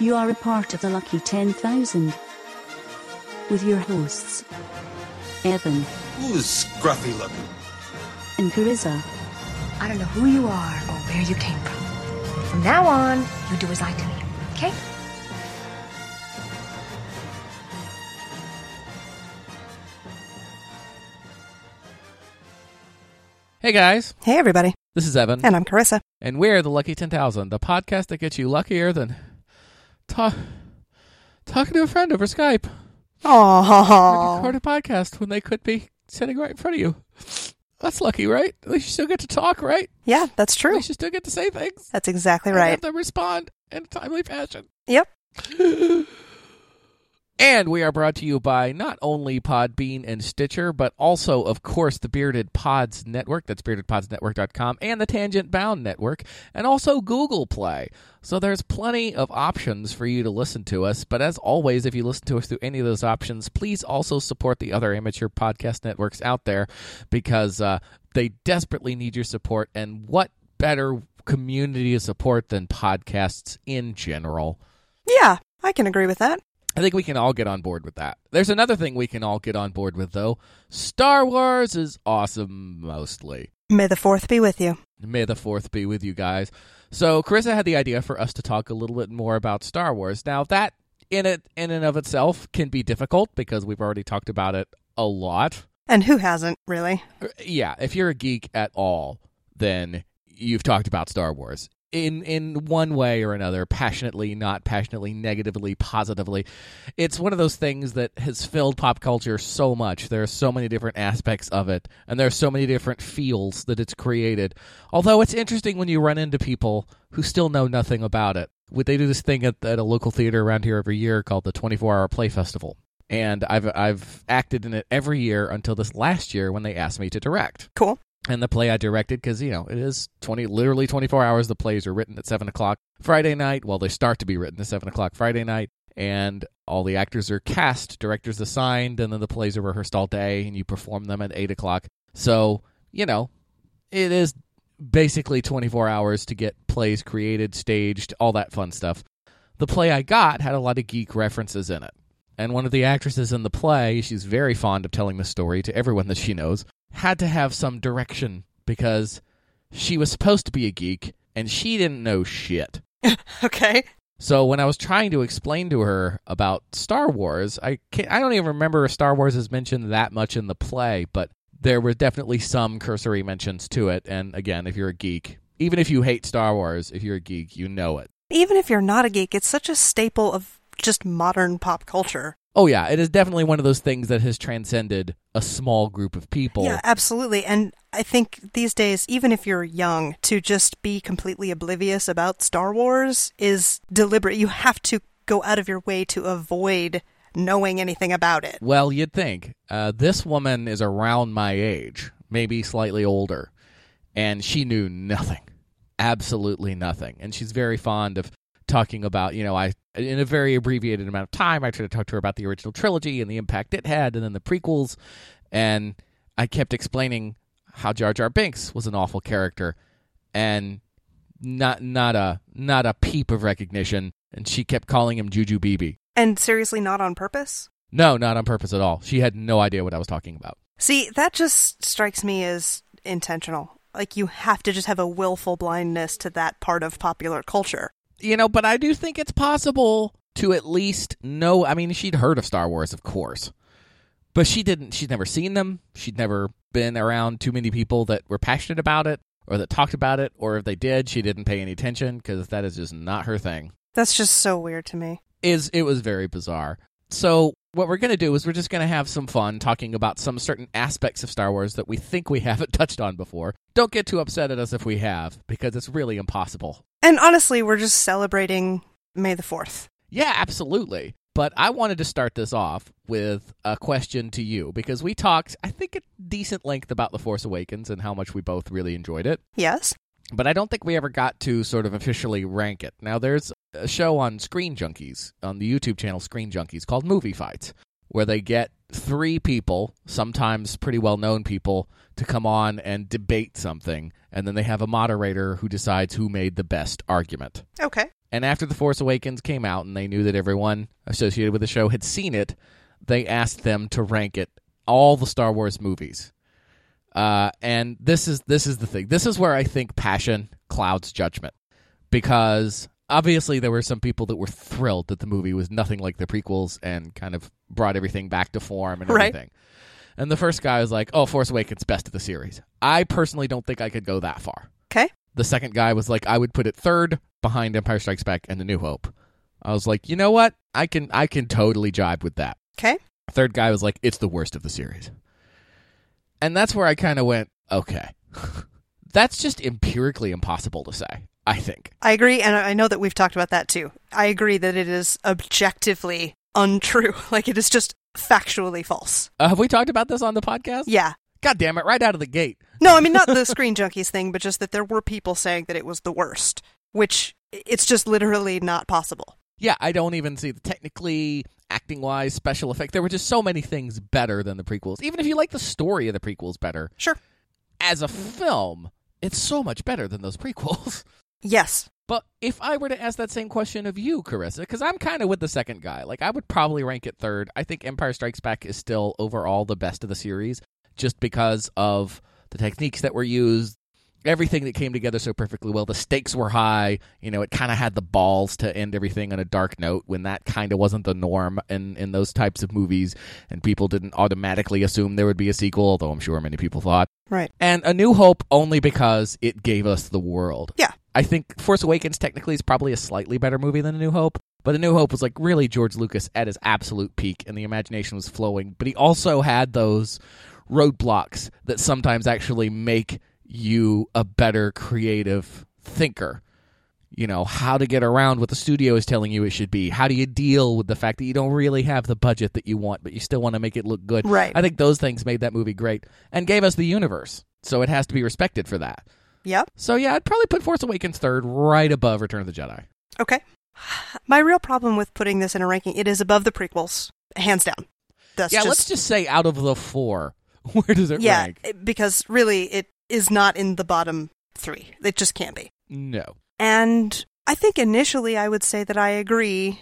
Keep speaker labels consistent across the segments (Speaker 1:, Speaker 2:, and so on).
Speaker 1: You are a part of the lucky 10,000. With your hosts, Evan
Speaker 2: Who's scruffy looking?
Speaker 1: and Carissa.
Speaker 3: I don't know who you are or where you came from. From now on, you do as I tell you, okay?
Speaker 4: Hey guys,
Speaker 5: Hey, everybody.
Speaker 4: this is Evan,
Speaker 5: And I'm Carissa.
Speaker 4: and we're the Lucky 10,000, the podcast that gets you luckier than ta- talking to a friend over Skype. Like
Speaker 5: Aww.
Speaker 4: Record a podcast when they could be sitting right in front of you. That's lucky, right? At least you still get to talk, right?
Speaker 5: Yeah, that's
Speaker 4: At
Speaker 5: true.
Speaker 4: least you still get to say things.
Speaker 5: That's exactly
Speaker 4: and
Speaker 5: right.
Speaker 4: have them respond in a timely fashion.
Speaker 5: Yep.
Speaker 4: And we are brought to you by not only Podbean and Stitcher, but also, of course, the Bearded Pods Network. That's beardedpodsnetwork.com and the Tangent Bound Network, and also Google Play. So there's plenty of options for you to listen to us. But as always, if you listen to us through any of those options, please also support the other amateur podcast networks out there because uh, they desperately need your support. And what better community to support than podcasts in general?
Speaker 5: Yeah, I can agree with that.
Speaker 4: I think we can all get on board with that. There's another thing we can all get on board with, though. Star Wars is awesome, mostly.
Speaker 5: May the fourth be with you.
Speaker 4: May the fourth be with you guys. So, Carissa had the idea for us to talk a little bit more about Star Wars. Now, that in it in and of itself can be difficult because we've already talked about it a lot.
Speaker 5: And who hasn't, really?
Speaker 4: Yeah, if you're a geek at all, then you've talked about Star Wars in in one way or another, passionately, not passionately, negatively, positively. It's one of those things that has filled pop culture so much. There are so many different aspects of it, and there are so many different feels that it's created. Although it's interesting when you run into people who still know nothing about it. Would they do this thing at, at a local theater around here every year called the 24-hour play festival? And I've I've acted in it every year until this last year when they asked me to direct
Speaker 5: Cool.
Speaker 4: and the play I directed because you know it is twenty literally twenty four hours. The plays are written at seven o'clock Friday night. Well, they start to be written at seven o'clock Friday night, and all the actors are cast, directors assigned, and then the plays are rehearsed all day, and you perform them at eight o'clock. So you know it is basically twenty four hours to get plays created, staged, all that fun stuff. The play I got had a lot of geek references in it. And one of the actresses in the play, she's very fond of telling the story to everyone that she knows, had to have some direction because she was supposed to be a geek and she didn't know shit.
Speaker 5: Okay.
Speaker 4: So when I was trying to explain to her about Star Wars, I can't, I don't even remember if Star Wars is mentioned that much in the play, but there were definitely some cursory mentions to it. And again, if you're a geek, even if you hate Star Wars, if you're a geek, you know it.
Speaker 5: Even if you're not a geek, it's such a staple of just modern pop culture.
Speaker 4: Oh yeah, it is definitely one of those things that has transcended a small group of people.
Speaker 5: Yeah, absolutely. And I think these days, even if you're young, to just be completely oblivious about Star Wars is deliberate. You have to go out of your way to avoid knowing anything about it.
Speaker 4: Well, you'd think. Uh, this woman is around my age, maybe slightly older, and she knew nothing. Absolutely nothing. And she's very fond of talking about, you know, I in a very abbreviated amount of time, I tried to talk to her about the original trilogy and the impact it had and then the prequels and I kept explaining how Jar Jar Binks was an awful character and not not a not a peep of recognition and she kept calling him Juju Bibi.
Speaker 5: And seriously, not on purpose?
Speaker 4: No, not on purpose at all. She had no idea what I was talking about.
Speaker 5: See, that just strikes me as intentional. Like you have to just have a willful blindness to that part of popular culture.
Speaker 4: You know, but I do think it's possible to at least know. I mean, she'd heard of Star Wars, of course, but she didn't. She'd never seen them. She'd never been around too many people that were passionate about it or that talked about it, or if they did, she didn't pay any attention because that is just not her thing.
Speaker 5: That's just so weird to me.
Speaker 4: is it was very bizarre. So what we're going to do is we're just going to have some fun talking about some certain aspects of Star Wars that we think we haven't touched on before. Don't get too upset at us if we have because it's really impossible.
Speaker 5: And honestly, we're just celebrating May the 4th.
Speaker 4: Yeah, absolutely. But I wanted to start this off with a question to you because we talked I think at decent length about The Force Awakens and how much we both really enjoyed it.
Speaker 5: Yes?
Speaker 4: but I don't think we ever got to sort of officially rank it. Now, there's a show on Screen Junkies, on the YouTube channel Screen Junkies, called Movie Fights, where they get three people, sometimes pretty well known people, to come on and debate something, and then they have a moderator who decides who made the best argument.
Speaker 5: Okay.
Speaker 4: And after The Force Awakens came out and they knew that everyone associated with the show had seen it, they asked them to rank it all the Star Wars movies. Uh, and this is this is the thing. This is where I think passion clouds judgment because obviously there were some people that were thrilled that the movie was nothing like the prequels and kind of brought everything back to form and
Speaker 5: Right.
Speaker 4: everything. And the first guy was like, "Oh, Force Awakens best of the series." I personally don't think I could go that far.
Speaker 5: Okay.
Speaker 4: The second guy was like, I would put it third behind Empire Strikes Back and The New Hope. I was like, you know what? I can I can totally jibe with that.
Speaker 5: Okay.
Speaker 4: Third guy was like, it's the worst of the series. And that's where I kind of went, okay. that's just empirically impossible to say, I think.
Speaker 5: I agree, and I I know that we've talked about that too. I agree that it is objectively untrue. Like it is just factually false.
Speaker 4: Uh, have we talked about this on the podcast?
Speaker 5: Yeah.
Speaker 4: God damn it, right out of the gate.
Speaker 5: No, I mean not the screen junkies thing, but just that there were people saying that it was the worst, which i- it's just literally not possible.
Speaker 4: Yeah, I don't even see the technically, acting wise, special effect. There were just so many things better than the prequels. Even if you like the story of the prequels better,
Speaker 5: Sure.
Speaker 4: as a film, it's so much better than those prequels.
Speaker 5: Yes.
Speaker 4: But if I were to ask that same question of you, Carissa, because I'm kind of with the second guy, like I would probably rank it third. I think Empire Strikes Back is still overall the best of the series just because of the techniques that were used, everything that came together so perfectly well. The stakes were high. You know, it kind of had the balls to end everything on a dark note when that kind of wasn't the norm in, in those types of movies, and people didn't automatically assume there would be a sequel, although I'm sure many people thought
Speaker 5: Right.
Speaker 4: and A New Hope only because it gave us the world.
Speaker 5: Yeah.
Speaker 4: I think Force Awakens technically is probably a slightly better movie than A New Hope, but A New Hope was like really George Lucas at his absolute peak and the imagination was flowing, but he also had those roadblocks that sometimes actually make you a better creative thinker you know how to get around what the studio is telling you it should be how do you deal with the fact that you don't really have the budget that you want but you still want to make it look good
Speaker 5: Right.
Speaker 4: i think those things made that movie great and gave us the universe so it has to be respected for that
Speaker 5: Yep.
Speaker 4: so yeah i'd probably put force awakens third right above return of the jedi
Speaker 5: Okay. My real problem with putting this in a ranking, it is above the prequels, hands down. That's
Speaker 4: yeah
Speaker 5: just,
Speaker 4: let's just say out of the four where does it
Speaker 5: yeah,
Speaker 4: rank
Speaker 5: it- because really it is not in the bottom three. It just can't be.
Speaker 4: no
Speaker 5: And I think initially I would say that I agree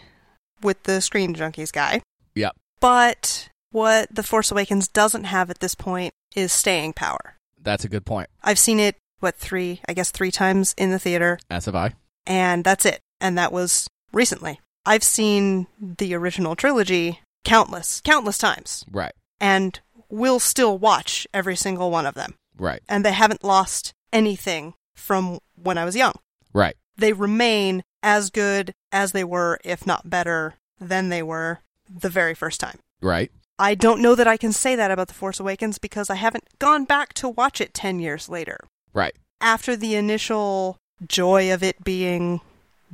Speaker 5: with the Screen Junkies guy.
Speaker 4: Yep.
Speaker 5: But what The Force Awakens doesn't have at this point is staying power.
Speaker 4: that's a good point
Speaker 5: I've seen it, what, three, I guess three times in the theater,
Speaker 4: as have i
Speaker 5: and that's it. And that was recently. I've seen the original trilogy countless, countless times,
Speaker 4: right
Speaker 5: and will still watch every single one of them.
Speaker 4: right
Speaker 5: And they haven't lost anything from when I was young
Speaker 4: right
Speaker 5: they remain as good as they were, if not better than they were the very first time.
Speaker 4: right
Speaker 5: I don't know that I can say that about The Force Awakens because I haven't gone back to watch it 10 years later.
Speaker 4: right
Speaker 5: After the initial joy of it being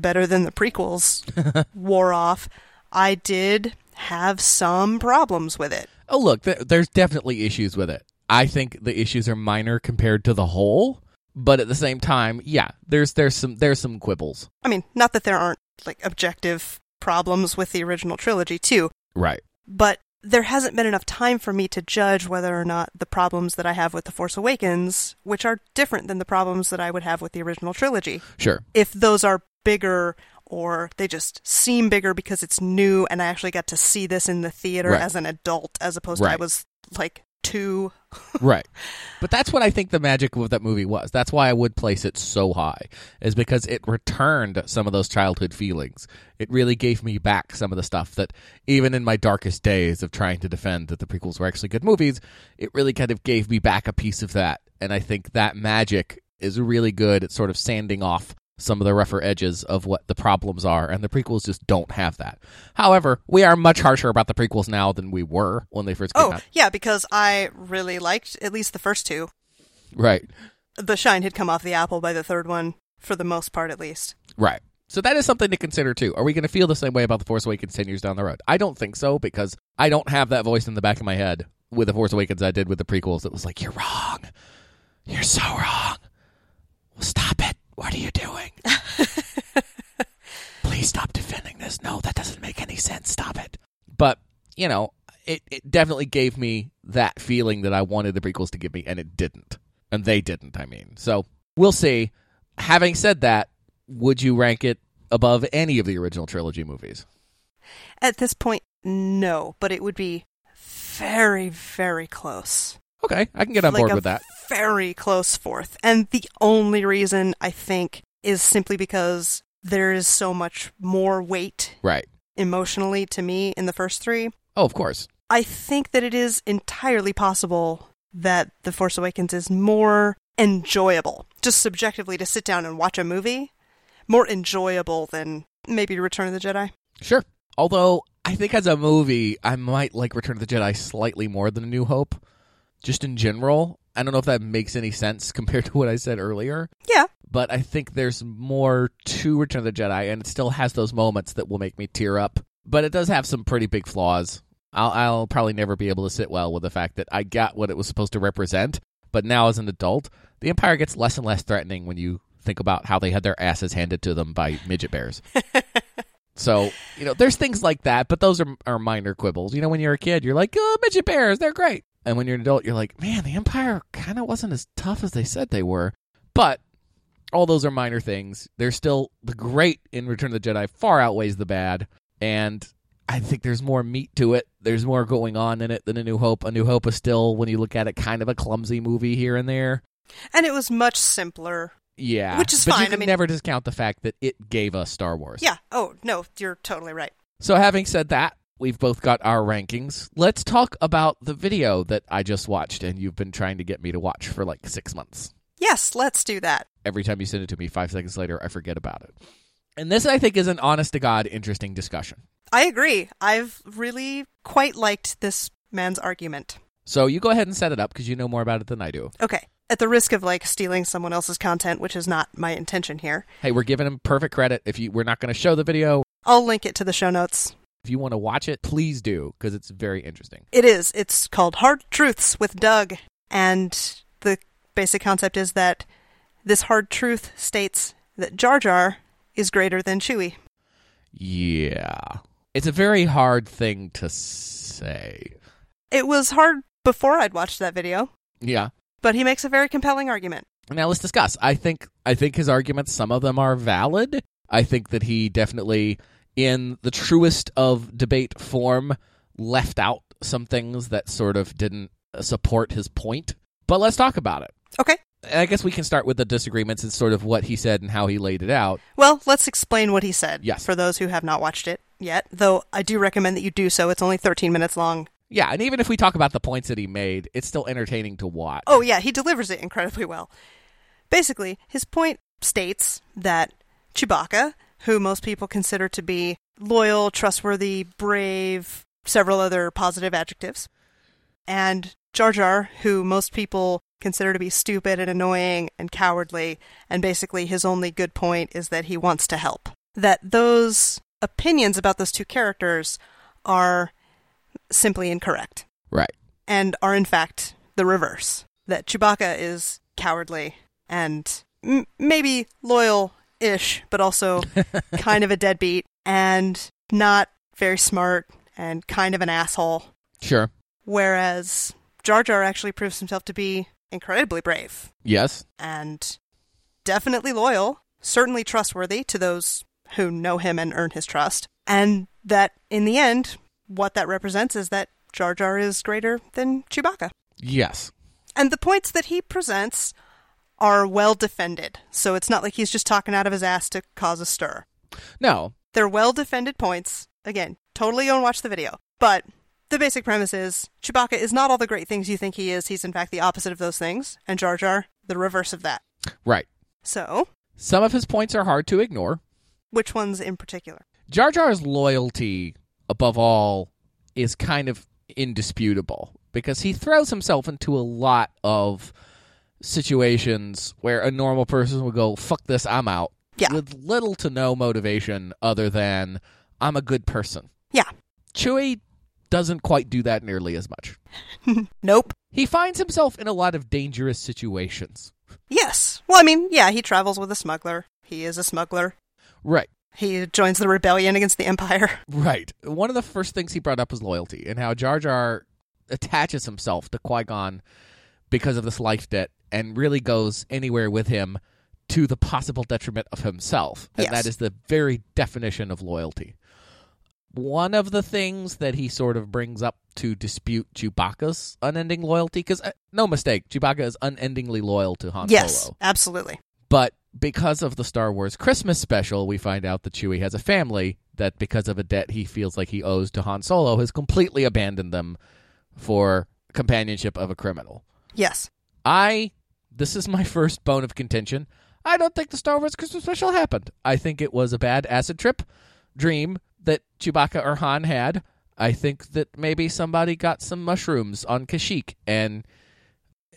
Speaker 5: better than the prequels wore off, I did have some problems with it.
Speaker 4: Oh, look, th- there's definitely issues with it. I think the issues are minor compared to the whole, but at the same time, yeah, there's there's some there's some quibbles.
Speaker 5: I mean, not that there aren't like objective problems with the original trilogy too,
Speaker 4: Right.
Speaker 5: but there hasn't been enough time for me to judge whether or not the problems that I have with The Force Awakens, which are different than the problems that I would have with the original trilogy,
Speaker 4: Sure.
Speaker 5: if those are bigger or they just seem bigger because it's new and I actually got to see this in the theater
Speaker 4: Right.
Speaker 5: as an adult as opposed to I
Speaker 4: Right.
Speaker 5: was like two.
Speaker 4: right. But that's what I think the magic of that movie was. That's why I would place it so high, is because it returned some of those childhood feelings. It really gave me back some of the stuff that, even in my darkest days of trying to defend that the prequels were actually good movies, it really kind of gave me back a piece of that. And I think that magic is really good at sort of sanding off some of the rougher edges of what the problems are, and the prequels just don't have that. However, we are much harsher about the prequels now than we were when they first came
Speaker 5: Oh,
Speaker 4: out.
Speaker 5: yeah, because I really liked at least the first two.
Speaker 4: Right.
Speaker 5: The shine had come off the apple by the third one, for the most part at least.
Speaker 4: Right. So that is something to consider too. Are we going to feel the same way about The Force Awakens 10 years down the road? I don't think so because I don't have that voice in the back of my head with The Force Awakens I did with the prequels that was like, you're wrong. You're so wrong. Well, stop it. What are you doing? Please stop defending this. No, that doesn't make any sense. Stop it. But, you know, it, it definitely gave me that feeling that I wanted the prequels to give me, and it didn't. And they didn't, I mean. So we'll see. Having said that, would you rank it above any of the original trilogy movies?
Speaker 5: At this point, no, but it would be very, very close.
Speaker 4: Okay, I can get on
Speaker 5: Like
Speaker 4: board
Speaker 5: a
Speaker 4: with that.
Speaker 5: Very close fourth. And the only reason I think is simply because there is so much more weight
Speaker 4: Right.
Speaker 5: emotionally to me in the first three.
Speaker 4: Oh, of course.
Speaker 5: I think that it is entirely possible that The Force Awakens is more enjoyable, just subjectively to sit down and watch a movie, more enjoyable than maybe Return of the Jedi.
Speaker 4: Sure. Although I think as a movie, I might like Return of the Jedi slightly more than A New Hope, just in general. I don't know if that makes any sense compared to what I said earlier,
Speaker 5: Yeah,
Speaker 4: but I think there's more to Return of the Jedi, and it still has those moments that will make me tear up. But it does have some pretty big flaws. I'll, I'll probably never be able to sit well with the fact that I got what it was supposed to represent, but now as an adult, the Empire gets less and less threatening when you think about how they had their asses handed to them by midget bears. So, you know, there's things like that, but those are, are minor quibbles. You know, when you're a kid, you're like, oh, midget bears, they're great. And when you're an adult, you're like, man, the Empire kind of wasn't as tough as they said they were. But all those are minor things. There's still the great in Return of the Jedi far outweighs the bad. And I think there's more meat to it. There's more going on in it than A New Hope. A New Hope is still, when you look at it, kind of a clumsy movie here and there.
Speaker 5: and it was much simpler.
Speaker 4: Yeah.
Speaker 5: Which is
Speaker 4: but
Speaker 5: fine.
Speaker 4: You
Speaker 5: I
Speaker 4: can
Speaker 5: mean-
Speaker 4: never discount the fact that it gave us Star Wars.
Speaker 5: Yeah, oh, no, you're totally right.
Speaker 4: So, having said that, we've both got our rankings. Let's talk about the video that I just watched and you've been trying to get me to watch for like six months.
Speaker 5: Yes, let's do that.
Speaker 4: Every time you send it to me, five seconds later, I forget about it. And this, I think, is an honest to God interesting discussion.
Speaker 5: I agree. I've really quite liked this man's argument.
Speaker 4: So, you go ahead and set it up because you know more about it than I do.
Speaker 5: Okay, at the risk of like stealing someone else's content, which is not my intention here,
Speaker 4: Hey, we're giving him perfect credit. If you, we're not going to show the video.
Speaker 5: I'll link it to the show notes.
Speaker 4: If you want to watch it, please do because it's very interesting.
Speaker 5: It is. It's called Hard Truths with Doug. And the basic concept is that this hard truth states that Jar Jar is greater than Chewie.
Speaker 4: Yeah. It's a very hard thing to say.
Speaker 5: It was hard before I'd watched that video,
Speaker 4: Yeah.
Speaker 5: but he makes a very compelling argument.
Speaker 4: Now let's discuss. I think I think his arguments, some of them are valid. I think that he definitely, in the truest of debate form, left out some things that sort of didn't uh, support his point. But let's talk about it.
Speaker 5: Okay.
Speaker 4: And I guess we can start with the disagreements and sort of what he said and how he laid it out.
Speaker 5: Well, let's explain what he said
Speaker 4: Yes.
Speaker 5: for those who have not watched it yet, though I do recommend that you do so. It's only 13 minutes long.
Speaker 4: Yeah, and even if we talk about the points that he made, it's still entertaining to watch.
Speaker 5: Oh, yeah, he delivers it incredibly well. Basically, his point states that Chewbacca, who most people consider to be loyal, trustworthy, brave, several other positive adjectives, and Jar Jar, who most people consider to be stupid and annoying and cowardly, and basically his only good point is that he wants to help. That those opinions about those two characters are simply incorrect
Speaker 4: Right.
Speaker 5: and are in fact the reverse. That Chewbacca is cowardly and m- maybe loyal ish, but also kind of a deadbeat and not very smart and kind of an asshole.
Speaker 4: Sure.
Speaker 5: Whereas Jar Jar actually proves himself to be incredibly brave
Speaker 4: Yes.
Speaker 5: and definitely loyal, certainly trustworthy to those who know him and earn his trust. And that in the end, what that represents is that Jar Jar is greater than Chewbacca.
Speaker 4: Yes.
Speaker 5: And the points that he presents are well defended. So it's not like he's just talking out of his ass to cause a stir.
Speaker 4: No.
Speaker 5: They're well defended points. Again, totally go and watch the video. But the basic premise is Chewbacca is not all the great things you think he is. He's in fact the opposite of those things, and Jar Jar the reverse of that.
Speaker 4: Right.
Speaker 5: So,
Speaker 4: Some of his points are hard to ignore.
Speaker 5: which ones in particular?
Speaker 4: Jar Jar's loyalty, above all, is kind of indisputable because he throws himself into a lot of situations where a normal person would go, fuck this, I'm out.
Speaker 5: Yeah.
Speaker 4: With little to no motivation other than, I'm a good person.
Speaker 5: Yeah.
Speaker 4: Chewie doesn't quite do that nearly as much.
Speaker 5: Nope.
Speaker 4: He finds himself in a lot of dangerous situations.
Speaker 5: Yes. Well, I mean, yeah, he travels with a smuggler. He is a smuggler.
Speaker 4: Right.
Speaker 5: He joins the rebellion against the Empire.
Speaker 4: Right. One of the first things he brought up was loyalty and how Jar Jar attaches himself to Qui Gon because of this life debt and really goes anywhere with him to the possible detriment of himself. And
Speaker 5: Yes.
Speaker 4: that is the very definition of loyalty. One of the things that he sort of brings up to dispute Chewbacca's unending loyalty, because uh, no mistake, Chewbacca is unendingly loyal to Han
Speaker 5: yes,
Speaker 4: Solo.
Speaker 5: absolutely.
Speaker 4: But because of the Star Wars Christmas special, we find out that Chewie has a family that, because of a debt he feels like he owes to Han Solo, has completely abandoned them for companionship of a criminal.
Speaker 5: Yes.
Speaker 4: I, this is my first bone of contention. I don't think the Star Wars Christmas special happened. I think it was a bad acid trip dream that Chewbacca or Han had. I think that maybe somebody got some mushrooms on Kashyyyk and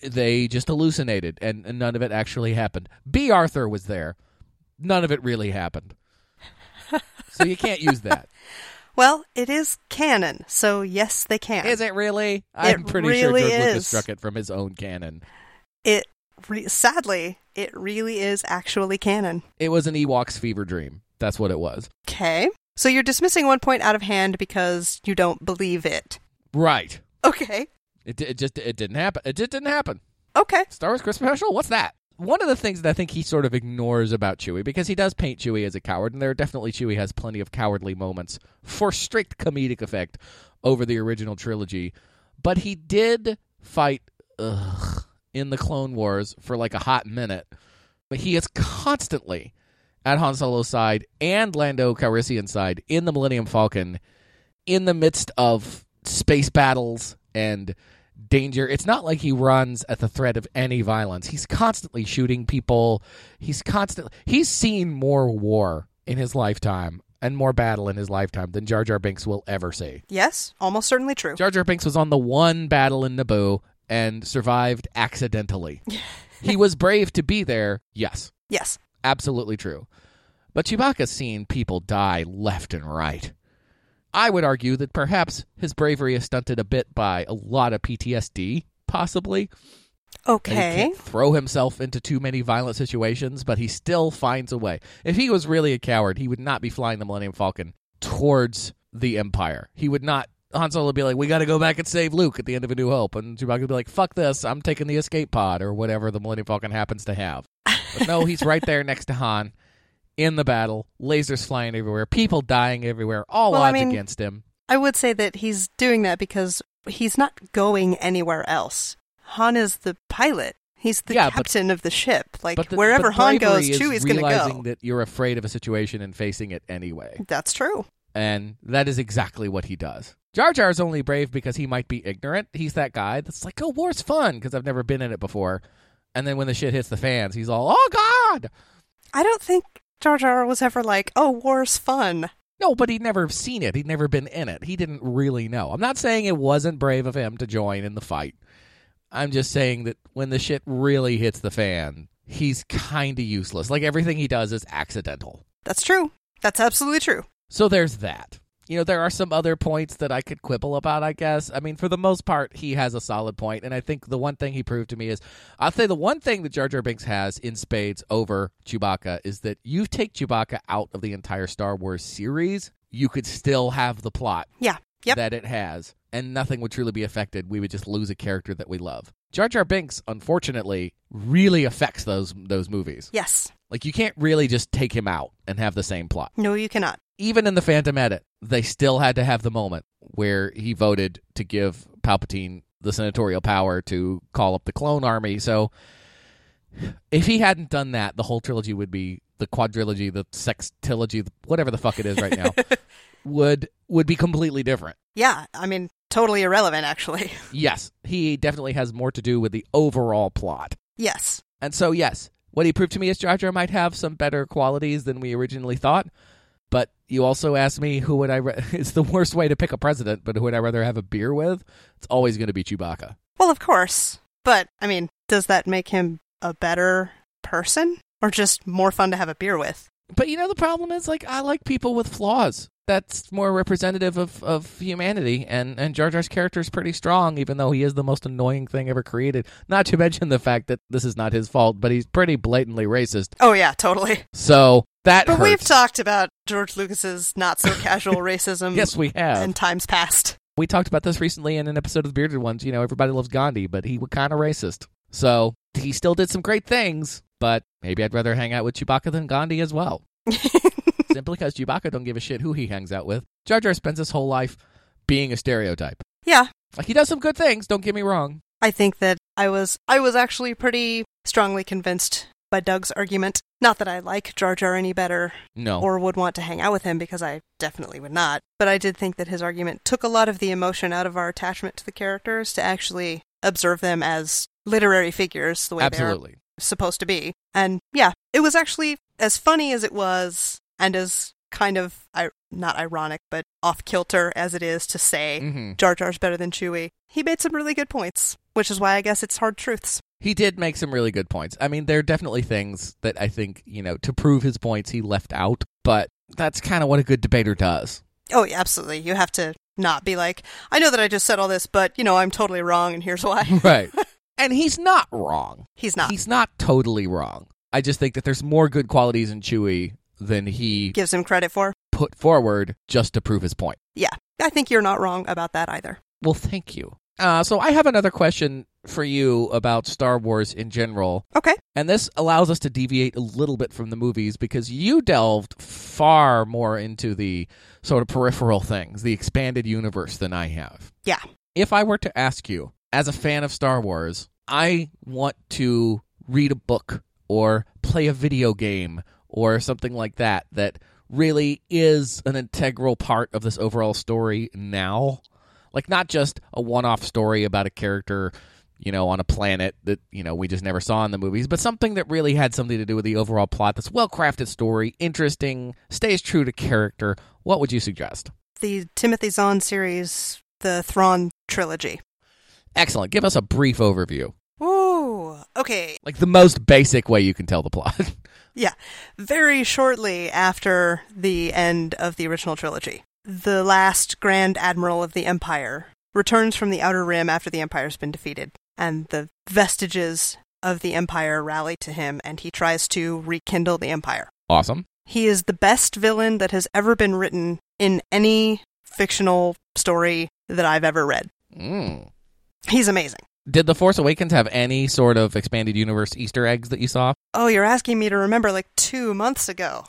Speaker 4: they just hallucinated and, and none of it actually happened. B. Arthur was there. None of it really happened. so you can't use that.
Speaker 5: Well, it is canon, so yes, they can.
Speaker 4: Is it really? I'm pretty
Speaker 5: really
Speaker 4: sure George
Speaker 5: is.
Speaker 4: Lucas struck it from his own canon.
Speaker 5: It re- sadly, it really is actually canon.
Speaker 4: It was an Ewoks fever dream. That's what it was.
Speaker 5: Okay. So you're dismissing one point out of hand because you don't believe it.
Speaker 4: Right.
Speaker 5: Okay.
Speaker 4: It, di- it just it didn't happen. It just didn't happen.
Speaker 5: Okay.
Speaker 4: Star Wars Christmas special. What's that? One of the things that I think he sort of ignores about Chewie because he does paint Chewie as a coward, and there are definitely Chewie has plenty of cowardly moments for strict comedic effect over the original trilogy, but he did fight ugh, in the Clone Wars for like a hot minute. But he is constantly at Han Solo's side and Lando Calrissian's side in the Millennium Falcon in the midst of space battles and danger. It's not like he runs at the threat of any violence. He's constantly shooting people. He's constantly he's seen more war in his lifetime and more battle in his lifetime than Jar Jar Binks will ever see.
Speaker 5: Yes, almost certainly true.
Speaker 4: Jar Jar Binks was on the one battle in Naboo and survived accidentally. he was brave to be there. Yes,
Speaker 5: Yes.
Speaker 4: absolutely true. But Chewbacca's seen people die left and right. I would argue that perhaps his bravery is stunted a bit by a lot of PTSD, possibly. And he
Speaker 5: Okay.
Speaker 4: can't throw himself into too many violent situations, but he still finds a way. If he was really a coward, he would not be flying the Millennium Falcon towards the Empire. He would not. Han Solo would be like, "We got to go back and save Luke at the end of A New Hope," and Chewbacca would be like, "Fuck this! I'm taking the escape pod or whatever the Millennium Falcon happens to have." But no, he's right there next to Han in the battle. Lasers flying everywhere, people dying everywhere, all
Speaker 5: Well, I
Speaker 4: odds
Speaker 5: mean-
Speaker 4: against him.
Speaker 5: I would say that he's doing that because he's not going anywhere else. Han is the pilot. He's the
Speaker 4: Yeah, but-
Speaker 5: captain of the ship. Like
Speaker 4: but the,
Speaker 5: wherever
Speaker 4: but
Speaker 5: Han goes,
Speaker 4: bravery is
Speaker 5: Chewie's going to
Speaker 4: realizing
Speaker 5: go.
Speaker 4: that you're afraid of a situation and facing it anyway.
Speaker 5: That's true.
Speaker 4: and that is exactly what he does. Jar Jar is only brave because he might be ignorant. He's that guy that's like, "Oh, war's fun because I've never been in it before," and then when the shit hits the fans, he's all, "Oh God!"
Speaker 5: I don't think Jar Jar was ever like, "Oh, war's fun."
Speaker 4: No, but he'd never seen it. He'd never been in it. He didn't really know. I'm not saying it wasn't brave of him to join in the fight. I'm just saying that when the shit really hits the fan, he's kind of useless. Like everything he does is accidental.
Speaker 5: That's true. That's absolutely true.
Speaker 4: So there's that. You know, there are some other points that I could quibble about, I guess. I mean, for the most part, he has a solid point, and I think the one thing he proved to me is I'll say the one thing that Jar Jar Binks has in spades over Chewbacca is that you take Chewbacca out of the entire Star Wars series, you could still have the plot
Speaker 5: Yeah. Yep.
Speaker 4: that it has, and nothing would truly be affected. We would just lose a character that we love. Jar Jar Binks, unfortunately, really affects those those movies.
Speaker 5: yes.
Speaker 4: Like you can't really just take him out and have the same plot
Speaker 5: No, you cannot.
Speaker 4: even in the Phantom Edit, they still had to have the moment where he voted to give Palpatine the senatorial power to call up the clone army. So if he hadn't done that, the whole trilogy would be the quadrilogy, the sextilogy, whatever the fuck it is right now, would would be completely different.
Speaker 5: Yeah. I mean, totally irrelevant, actually.
Speaker 4: Yes, he definitely has more to do with the overall plot.
Speaker 5: yes.
Speaker 4: And so, yes, what he proved to me is Jar Jar might have some better qualities than we originally thought. But you also asked me who would I? Ra- it's the worst way to pick a president, but who would I rather have a beer with? It's always going to be Chewbacca.
Speaker 5: Well, of course. But I mean, does that make him a better person, or just more fun to have a beer with?
Speaker 4: But you know the problem is like I like people with flaws. That's more representative of, of humanity, and and Jar Jar's character is pretty strong, even though he is the most annoying thing ever created. Not to mention the fact that this is not his fault, but he's pretty blatantly racist.
Speaker 5: Oh yeah, totally.
Speaker 4: So That
Speaker 5: But we've
Speaker 4: hurts.
Speaker 5: talked about George Lucas's not so casual racism
Speaker 4: Yes, we have.
Speaker 5: in times past.
Speaker 4: we talked about this recently in an episode of the Bearded Ones. You know, everybody loves Gandhi, but he was kind of racist. So he still did some great things, but maybe I'd rather hang out with Chewbacca than Gandhi as well. Simply because Chewbacca don't give a shit who he hangs out with. Jar Jar spends his whole life being a stereotype.
Speaker 5: Yeah,
Speaker 4: Like he does some good things, don't get me wrong.
Speaker 5: I think that I was I was actually pretty strongly convinced by Doug's argument. Not that I like Jar Jar any better
Speaker 4: No.
Speaker 5: or would want to hang out with him because I definitely would not, but I did think that his argument took a lot of the emotion out of our attachment to the characters to actually observe them as literary figures the way they are
Speaker 4: Absolutely.
Speaker 5: supposed to be. And yeah, it was actually as funny as it was and as kind of I- not ironic but off kilter as it is to say
Speaker 4: Mhm.
Speaker 5: Jar Jar's better than Chewie. He made some really good points, which is why I guess it's hard truths.
Speaker 4: He did make some really good points. I mean, there are definitely things that I think, you know, to prove his points he left out, but that's kind of what a good debater does.
Speaker 5: Oh, yeah, absolutely. You have to not be like, I know that I just said all this, but you know, I'm totally wrong and here's why.
Speaker 4: Right. and he's not wrong.
Speaker 5: He's not.
Speaker 4: He's not totally wrong. I just think that there's more good qualities in Chewie than he
Speaker 5: Gives him credit for.
Speaker 4: put forward just to prove his point.
Speaker 5: Yeah. I think you're not wrong about that either.
Speaker 4: Well, thank you. Uh, so I have another question for you about Star Wars in general.
Speaker 5: Okay.
Speaker 4: And this allows us to deviate a little bit from the movies because you delved far more into the sort of peripheral things, the expanded universe, than I have.
Speaker 5: Yeah.
Speaker 4: If I were to ask you, as a fan of Star Wars, I want to read a book or play a video game or something like that that really is an integral part of this overall story now. Like, not just a one off story about a character you know, on a planet that, you know, we just never saw in the movies, but something that really had something to do with the overall plot that's well crafted story, interesting, stays true to character. What would you suggest?
Speaker 5: The Timothy Zahn series, the Thrawn trilogy.
Speaker 4: Excellent. Give us a brief overview,
Speaker 5: Ooh. Okay.
Speaker 4: like the most basic way you can tell the plot.
Speaker 5: Yeah. Very shortly after the end of the original trilogy, the last Grand Admiral of the Empire returns from the Outer Rim after the Empire's been defeated, and the vestiges of the Empire rally to him, and he tries to rekindle the Empire.
Speaker 4: awesome.
Speaker 5: He is the best villain that has ever been written in any fictional story that I've ever read.
Speaker 4: Mm.
Speaker 5: He's amazing.
Speaker 4: Did The Force Awakens have any sort of expanded universe Easter eggs that you saw?
Speaker 5: Oh, you're asking me to remember like two months ago.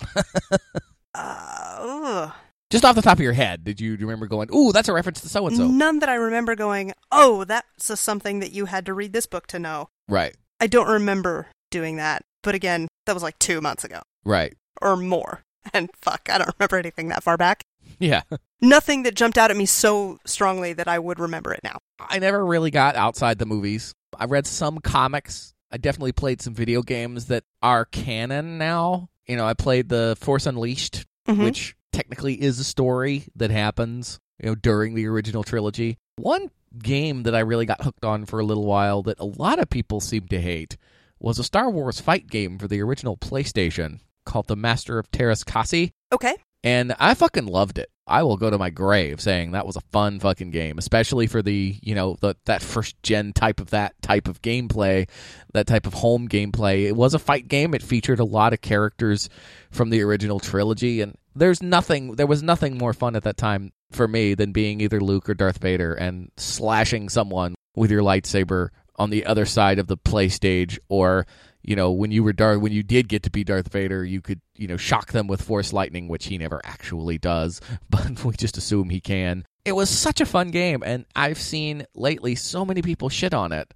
Speaker 5: uh, ugh.
Speaker 4: Just off the top of your head, did you do you remember going, ooh, that's a reference to so and so?
Speaker 5: None that I remember going, oh, that's a something that you had to read this book to know.
Speaker 4: Right,
Speaker 5: I don't remember doing that. But again, that was like two months ago
Speaker 4: right.
Speaker 5: or more. And fuck, I don't remember anything that far back.
Speaker 4: Yeah.
Speaker 5: Nothing that jumped out at me so strongly that I would remember it now.
Speaker 4: I never really got outside the movies. I read some comics. I definitely played some video games that are canon now. You know, I played the Force Unleashed,
Speaker 5: Mhm.
Speaker 4: which technically is a story that happens, you know, during the original trilogy. One game that I really got hooked on for a little while that a lot of people seem to hate was a Star Wars fight game for the original PlayStation called The Master of Terras Kasi.
Speaker 5: Okay.
Speaker 4: And I fucking loved it. I will go to my grave saying that was a fun fucking game, especially for the, you know, the, that first gen type of that type of gameplay, that type of home gameplay. It was a fight game. It featured a lot of characters from the original trilogy. And there's nothing, there was nothing more fun at that time for me than being either Luke or Darth Vader and slashing someone with your lightsaber on the other side of the play stage or you know when you were Darth when you did get to be Darth Vader you could you know shock them with force lightning which he never actually does but we just assume he can it was such a fun game and I've seen lately so many people shit on it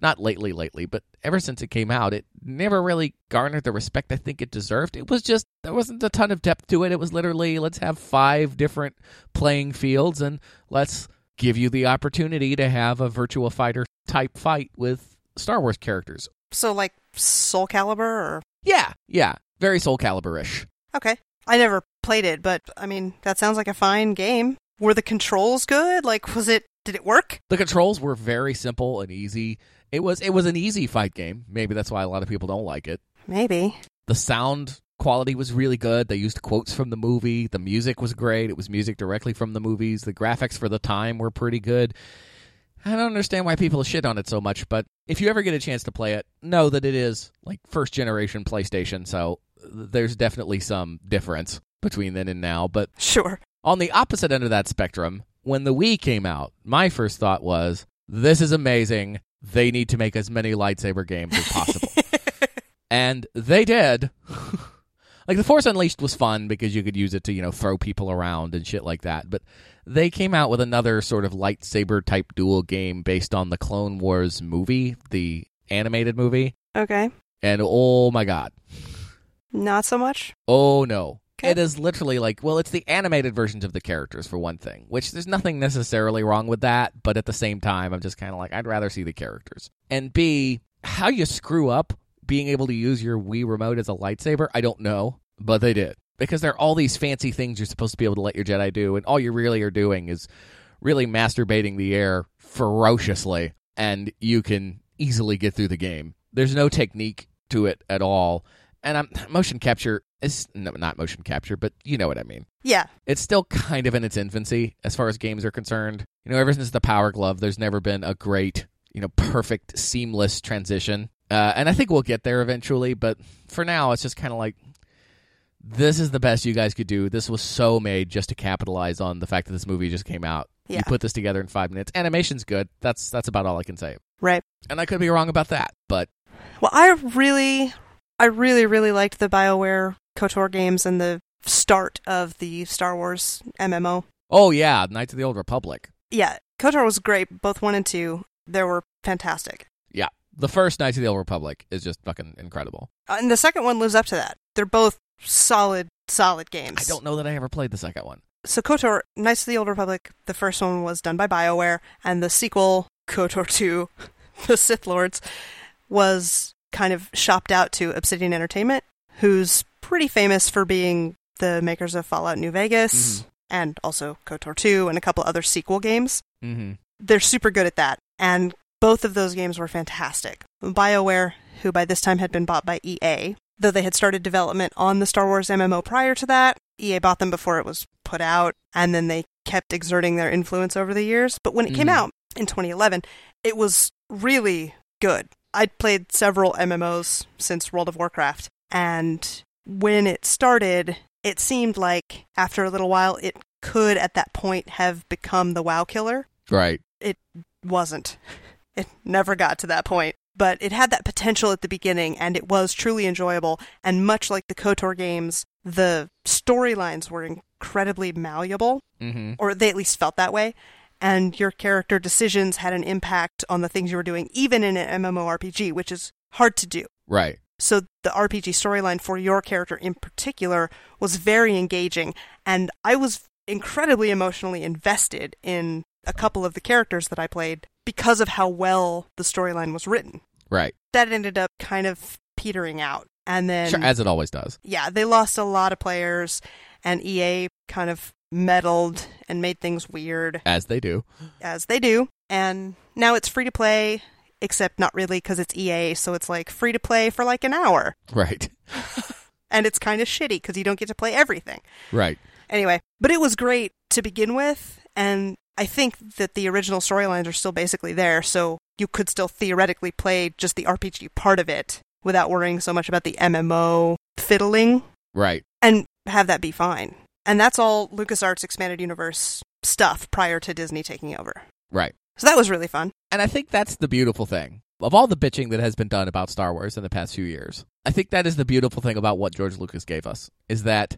Speaker 4: not lately lately but ever since it came out it never really garnered the respect I think it deserved it was just there wasn't a ton of depth to it it was literally let's have five different playing fields and let's give you the opportunity to have a virtua fighter type fight with Star Wars characters.
Speaker 5: So, like, Soul Calibur or.
Speaker 4: Yeah, yeah, very Soul Calibur-ish.
Speaker 5: Okay. I never played it, but I mean, that sounds like a fine game. Were the controls good? Like, was it. Did it work?
Speaker 4: The controls were very simple and easy. It was it was an easy fight game. Maybe that's why a lot of people don't like it.
Speaker 5: Maybe.
Speaker 4: The sound quality was really good. They used quotes from the movie. The music was great. It was music directly from the movies. The graphics for the time were pretty good. I don't understand why people shit on it so much, but if you ever get a chance to play it, know that it is like first generation PlayStation, so there's definitely some difference between then and now. But
Speaker 5: Sure.
Speaker 4: on the opposite end of that spectrum, when the Wii came out, my first thought was, this is amazing. They need to make as many lightsaber games as possible. and they did. like the Force Unleashed was fun because you could use it to, you know, throw people around and shit like that. But they came out with another sort of lightsaber type duel game based on the Clone Wars movie, the animated movie.
Speaker 5: Okay.
Speaker 4: And oh my god.
Speaker 5: Not so much.
Speaker 4: Oh no.
Speaker 5: Okay.
Speaker 4: It is literally like, well, it's the animated versions of the characters for one thing, which there's nothing necessarily wrong with that, but at the same time, I'm just kind of like, I'd rather see the characters. And B, how you screw up being able to use your Wii remote as a lightsaber, I don't know, but they did. Because there are all these fancy things you're supposed to be able to let your Jedi do, and all you really are doing is really masturbating the air ferociously, and you can easily get through the game. There's no technique to it at all. And I'm, motion capture is no, not motion capture, but you know what I mean.
Speaker 5: Yeah.
Speaker 4: It's still kind of in its infancy as far as games are concerned. You know, ever since the Power Glove, there's never been a great, you know, perfect, seamless transition. Uh, and I think we'll get there eventually, but for now, it's just kind of like this is the best you guys could do. This was so made just to capitalize on the fact that this movie just came out.
Speaker 5: Yeah.
Speaker 4: You put this together in five minutes. Animation's good. That's that's about all I can say.
Speaker 5: Right.
Speaker 4: And I could be wrong about that, but
Speaker 5: Well, I really, I really, really liked the BioWare KOTOR games and the start of the Star Wars MMO.
Speaker 4: oh yeah, Knights of the Old Republic.
Speaker 5: Yeah, KOTOR was great. Both one and two, they were fantastic.
Speaker 4: Yeah. The first Knights of the Old Republic is just fucking incredible.
Speaker 5: Uh, And the second one lives up to that. They're both solid, solid games.
Speaker 4: I don't know that I ever played the second one.
Speaker 5: So KOTOR, Knights of the Old Republic, the first one was done by BioWare, and the sequel, KOTOR 2, The Sith Lords, was kind of shopped out to Obsidian Entertainment, who's pretty famous for being the makers of Fallout New Vegas and also KOTOR 2 and a couple other sequel games.
Speaker 4: Mm-hmm.
Speaker 5: They're super good at that, and both of those games were fantastic. BioWare, who by this time had been bought by EA, though they had started development on the Star Wars MMO prior to that, EA bought them before it was put out, and then they kept exerting their influence over the years. But when it came
Speaker 4: Mhm.
Speaker 5: out in 2011, it was really good. I'd played several MMOs since World of Warcraft, and when it started, it seemed like after a little while, it could at that point have become the WoW killer
Speaker 4: Right.
Speaker 5: wasn't. It never got to that point. But it had that potential at the beginning, and it was truly enjoyable. And much like the KOTOR games, the storylines were incredibly malleable,
Speaker 4: Mm-hmm.
Speaker 5: or they at least felt that way. And your character decisions had an impact on the things you were doing, even in an MMORPG, which is hard to do.
Speaker 4: Right.
Speaker 5: So the RPG storyline for your character in particular was very engaging, and I was incredibly emotionally invested in a couple of the characters that I played because of how well the storyline was written.
Speaker 4: Right.
Speaker 5: That ended up kind of petering out, and then
Speaker 4: sure, as it always does.
Speaker 5: yeah, they lost a lot of players, and EA kind of meddled and made things weird
Speaker 4: As they do.
Speaker 5: as they do. And now it's free to play, except not really because it's EA, so it's like free to play for like an hour
Speaker 4: Right.
Speaker 5: and it's kind of shitty because you don't get to play everything.
Speaker 4: Right.
Speaker 5: Anyway, but it was great to begin with, and I think that the original storylines are still basically there, so you could still theoretically play just the RPG part of it without worrying so much about the MMO fiddling
Speaker 4: Right.
Speaker 5: and have that be fine. And that's all LucasArts Expanded Universe stuff prior to Disney taking over.
Speaker 4: Right.
Speaker 5: So that was really fun.
Speaker 4: And I think that's the beautiful thing. Of all the bitching that has been done about Star Wars in the past few years, I think that is the beautiful thing about what George Lucas gave us is that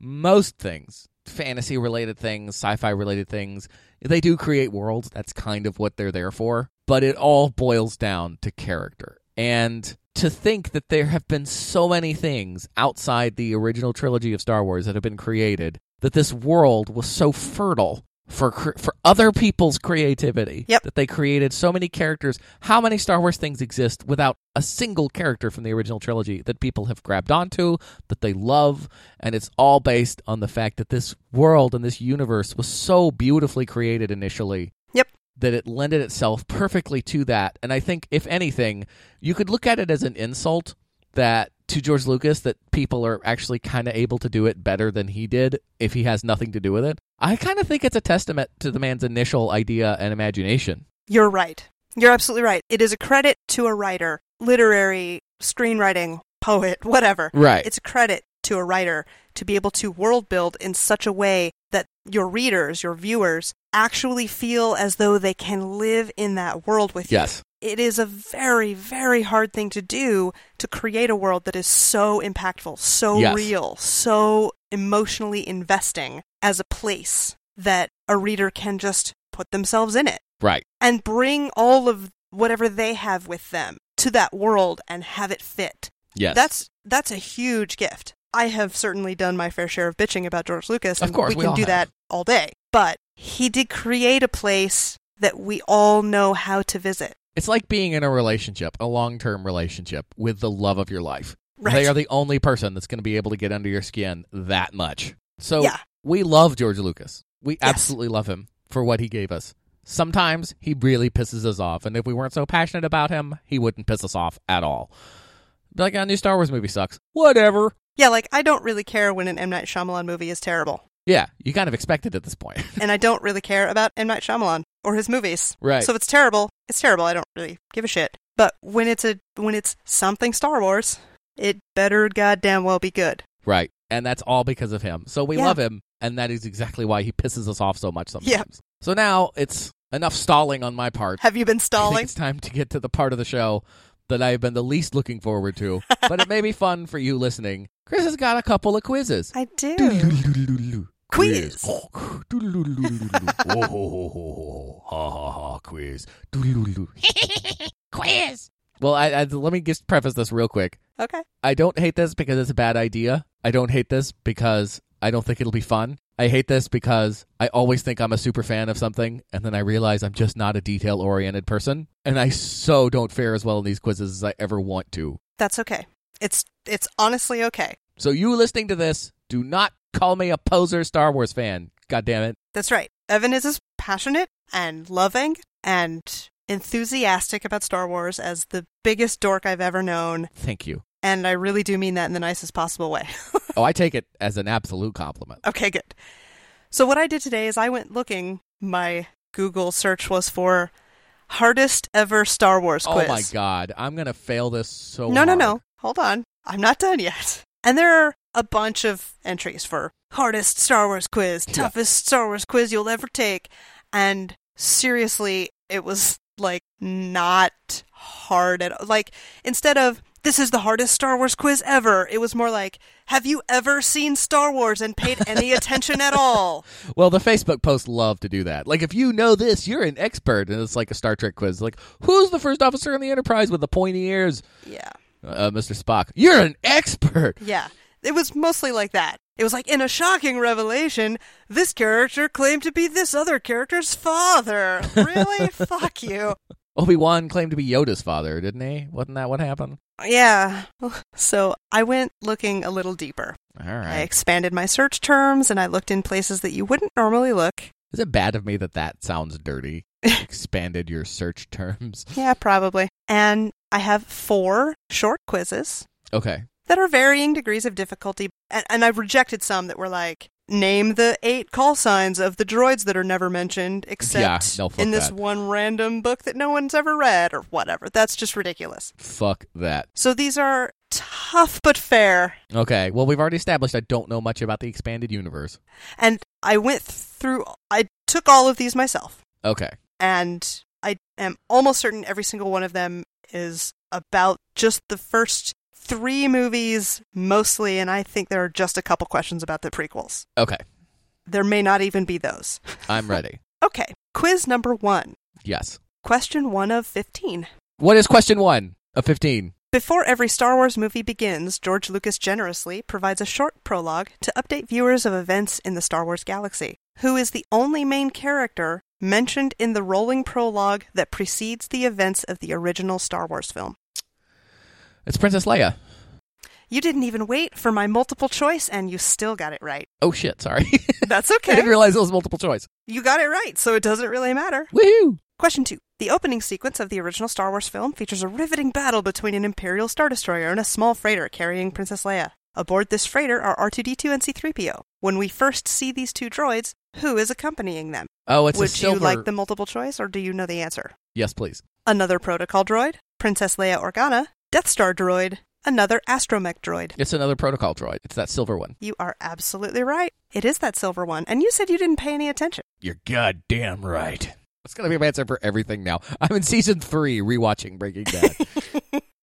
Speaker 4: most things, fantasy related things, sci fi related things, they do create worlds. That's kind of what they're there for. But it all boils down to character. And to think that there have been so many things outside the original trilogy of Star Wars that have been created, that this world was so fertile for cre- for other people's creativity
Speaker 5: Yep.
Speaker 4: that they created so many characters how many star wars things exist without a single character from the original trilogy that people have grabbed onto that they love and it's all based on the fact that this world and this universe was so beautifully created initially
Speaker 5: Yep.
Speaker 4: that it lended itself perfectly to that and i think if anything you could look at it as an insult that to george lucas that people are actually kind of able to do it better than he did if he has nothing to do with it i kind of think it's a testament to the man's initial idea and imagination
Speaker 5: You're right. You're absolutely right. It is a credit to a writer, literary, screenwriting, poet, whatever.
Speaker 4: Right.
Speaker 5: It's a credit to a writer to be able to world build in such a way that your readers, your viewers, actually feel as though they can live in that world with you.
Speaker 4: Yes.
Speaker 5: It is a very, very hard thing to do to create a world that is so impactful, so
Speaker 4: Yes.
Speaker 5: real, so emotionally investing as a place that a reader can just put themselves in it
Speaker 4: Right.
Speaker 5: and bring all of whatever they have with them to that world and have it fit.
Speaker 4: Yes.
Speaker 5: That's that's a huge gift. I have certainly done my fair share of bitching about George Lucas.
Speaker 4: Of
Speaker 5: and
Speaker 4: course,
Speaker 5: we,
Speaker 4: we
Speaker 5: can
Speaker 4: all
Speaker 5: do
Speaker 4: have.
Speaker 5: that all day. But he did create a place that we all know how to visit.
Speaker 4: It's like being in a relationship, a long term relationship with the love of your life.
Speaker 5: Right.
Speaker 4: They are the only person that's going to be able to get under your skin that much. So
Speaker 5: Yeah.
Speaker 4: we love George Lucas. We
Speaker 5: Yes.
Speaker 4: absolutely love him for what he gave us. Sometimes he really pisses us off, and if we weren't so passionate about him, he wouldn't piss us off at all. Be Like a new Star Wars movie sucks. Whatever.
Speaker 5: Yeah, like I don't really care when an M Night Shyamalan movie is terrible,
Speaker 4: Yeah, you kind of expect it at this point.
Speaker 5: and I don't really care about M Night Shyamalan or his movies.
Speaker 4: Right.
Speaker 5: So if it's terrible, it's terrible. I don't really give a shit. But when it's a when it's something Star Wars, it better goddamn well be good.
Speaker 4: right. And that's all because of him. So we
Speaker 5: Yeah.
Speaker 4: love him, and that is exactly why he pisses us off so much sometimes.
Speaker 5: Yeah.
Speaker 4: So now it's enough stalling on my part.
Speaker 5: Have you been
Speaker 4: I think
Speaker 5: stalling?
Speaker 4: it's time to get to the part of the show that I've been the least looking forward to, but it may be fun for you listening. Chris has got a couple of quizzes.
Speaker 5: I do. Quiz.
Speaker 4: Quiz. Quiz. Well, I, I, let me just preface this real quick.
Speaker 5: Okay.
Speaker 4: I don't hate this because it's a bad idea. I don't hate this because I don't think it'll be fun. I hate this because I always think I'm a super fan of something, and then I realize I'm just not a detail oriented person. And I so don't fare as well in these quizzes as I ever want to.
Speaker 5: That's okay. It's it's honestly okay.
Speaker 4: So, you listening to this, do not call me a poser Star Wars fan. God damn it.
Speaker 5: That's right. Evan is as passionate and loving and enthusiastic about Star Wars as the biggest dork I've ever known,
Speaker 4: Thank you.
Speaker 5: and I really do mean that in the nicest possible way.
Speaker 4: Oh, I take it as an absolute compliment.
Speaker 5: Okay, good. So what I did today is I went looking. My Google search was for hardest ever Star Wars
Speaker 4: Oh
Speaker 5: quiz.
Speaker 4: my God. oh I'm going to fail this so
Speaker 5: No, no,
Speaker 4: hard.
Speaker 5: no. Hold on. I'm not done yet. And there are a bunch of entries for hardest Star Wars quiz,
Speaker 4: Yeah.
Speaker 5: toughest Star Wars quiz you'll ever take. And seriously, it was like not hard at all. Like instead of this is the hardest Star Wars quiz ever, it was more like have you ever seen Star Wars and paid any attention at all?
Speaker 4: Well, the Facebook posts love to do that. Like, if you know this, you're an expert, and it's like a Star Trek quiz. Like, who's the first officer in the Enterprise with the pointy ears?
Speaker 5: Yeah.
Speaker 4: Uh, Mr. Spock. You're an expert.
Speaker 5: Yeah. It was mostly like that. It was like, in a shocking revelation, this character claimed to be this other character's father. Really? Fuck you.
Speaker 4: Obi Wan claimed to be Yoda's father, didn't he? Wasn't that what happened?
Speaker 5: Yeah. So I went looking a little deeper.
Speaker 4: All
Speaker 5: I
Speaker 4: right.
Speaker 5: expanded my search terms and I looked in places that you wouldn't normally look.
Speaker 4: Is it bad of me that that sounds dirty? Expanded your search terms.
Speaker 5: Yeah, probably. And I have four short quizzes
Speaker 4: Okay.
Speaker 5: that are varying degrees of difficulty. And, and I've rejected some that were like, name the eight call signs of the droids that are never mentioned, except
Speaker 4: no, fuck
Speaker 5: in this
Speaker 4: that.
Speaker 5: one random book that no one's ever read or whatever. That's just ridiculous.
Speaker 4: Fuck that.
Speaker 5: So these are tough but fair.
Speaker 4: Okay. Well, we've already established I don't know much about the expanded universe.
Speaker 5: And I went through, I took all of these myself.
Speaker 4: Okay.
Speaker 5: And I am almost certain every single one of them is about just the first three movies mostly. And I think there are just a couple questions about the prequels.
Speaker 4: Okay.
Speaker 5: There may not even be those.
Speaker 4: I'm ready.
Speaker 5: Okay, quiz number one.
Speaker 4: yes.
Speaker 5: Question one of 15.
Speaker 4: What is question one of 15?
Speaker 5: Before every Star Wars movie begins, George Lucas generously provides a short prologue to update viewers of events in the Star Wars galaxy. Who is the only main character mentioned in the rolling prologue that precedes the events of the original Star Wars film?
Speaker 4: It's Princess Leia.
Speaker 5: You didn't even wait for my multiple choice and you still got it right.
Speaker 4: Oh shit, sorry.
Speaker 5: That's
Speaker 4: I
Speaker 5: okay.
Speaker 4: didn't realize it was multiple choice.
Speaker 5: You got it right, so it doesn't really matter.
Speaker 4: Woohoo!
Speaker 5: Question two. The opening sequence of the original Star Wars film features a riveting battle between an Imperial Star Destroyer and a small freighter carrying Princess Leia. Aboard this freighter are R2D2 and C3PO. When we first see these two droids, who is accompanying them?
Speaker 4: Oh, it's
Speaker 5: Would
Speaker 4: a silver.
Speaker 5: you like the multiple choice, or do you know the answer?
Speaker 4: Yes, please.
Speaker 5: Another protocol droid, Princess Leia Organa, Death Star droid, another astromech droid.
Speaker 4: It's another protocol droid. It's that silver one.
Speaker 5: You are absolutely right. It is that silver one. And you said you didn't pay any attention.
Speaker 4: You're goddamn right. That's gonna be my answer for everything now. I'm in season three, rewatching Breaking Bad.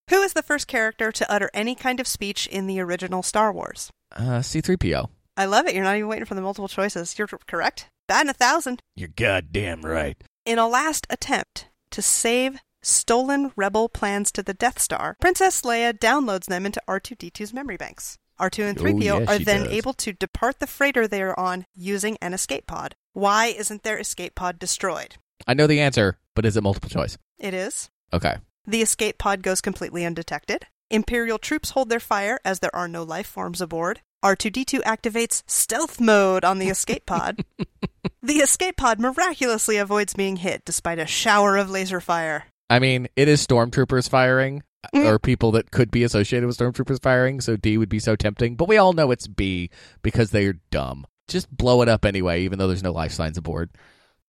Speaker 5: Who is the first character to utter any kind of speech in the original Star Wars?
Speaker 4: uh, C3PO.
Speaker 5: I love it. You're not even waiting for the multiple choices. You're correct. Batting a thousand.
Speaker 4: You're goddamn right.
Speaker 5: In a last attempt to save stolen rebel plans to the Death Star, Princess Leia downloads them into R2D2's memory banks. R2 and
Speaker 4: Oh,
Speaker 5: 3PO
Speaker 4: yes,
Speaker 5: are
Speaker 4: she
Speaker 5: then
Speaker 4: does.
Speaker 5: able to depart the freighter they are on using an escape pod. Why isn't their escape pod destroyed?
Speaker 4: I know the answer, but is it multiple choice?
Speaker 5: It is.
Speaker 4: Okay.
Speaker 5: The escape pod goes completely undetected. Imperial troops hold their fire as there are no life forms aboard. R2D2 activates stealth mode on the escape pod. the escape pod miraculously avoids being hit despite a shower of laser fire.
Speaker 4: I mean, it is stormtroopers firing,
Speaker 5: Mm.
Speaker 4: or people that could be associated with stormtroopers firing, so D would be so tempting. But we all know it's B because they are dumb. Just blow it up anyway, even though there's no life signs aboard.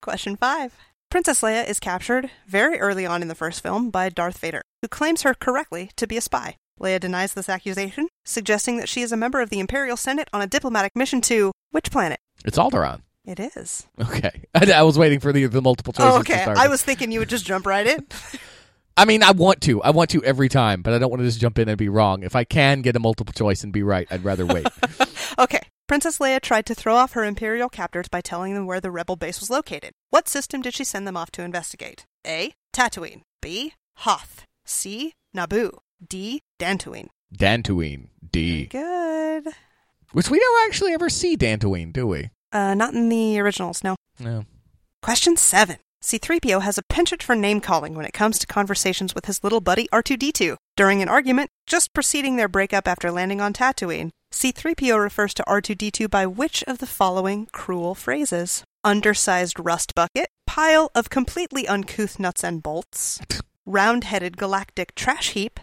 Speaker 5: Question 5. Princess Leia is captured very early on in the first film by Darth Vader, who claims her correctly to be a spy. Leia denies this accusation, suggesting that she is a member of the Imperial Senate on a diplomatic mission to which planet?
Speaker 4: It's Alderaan.
Speaker 5: It is.
Speaker 4: Okay. I, I was waiting for the, the multiple choices.
Speaker 5: Oh,
Speaker 4: to
Speaker 5: okay.
Speaker 4: start.
Speaker 5: I was thinking you would just jump right in.
Speaker 4: I mean, I want to. I want to every time, but I don't want to just jump in and be wrong. If I can get a multiple choice and be right, I'd rather wait.
Speaker 5: Okay. Princess Leia tried to throw off her Imperial captors by telling them where the rebel base was located. What system did she send them off to investigate? A. Tatooine. B. Hoth. C. Naboo. D. Dantooine.
Speaker 4: Dantooine D,
Speaker 5: Good.
Speaker 4: which we don't actually ever see Dantooine, do we?
Speaker 5: Uh, not in the originals, no.
Speaker 4: No.
Speaker 5: Question 7. C3PO has a penchant for name calling when it comes to conversations with his little buddy R2D2. During an argument, just preceding their breakup after landing on Tatooine, C3PO refers to R2D2 by which of the following cruel phrases? Undersized rust bucket, pile of completely uncouth nuts and bolts, round headed galactic trash heap,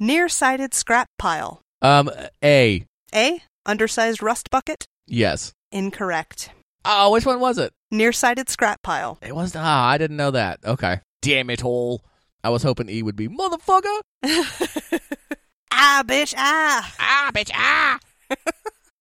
Speaker 5: nearsighted scrap pile.
Speaker 4: Um, A.
Speaker 5: A. Undersized rust bucket?
Speaker 4: Yes.
Speaker 5: Incorrect.
Speaker 4: Oh, which one was it?
Speaker 5: Nearsighted scrap pile.
Speaker 4: It was. Ah, I didn't know that. Okay. Damn it all. I was hoping E would be motherfucker.
Speaker 5: ah, bitch, ah.
Speaker 4: Ah, bitch. Ah.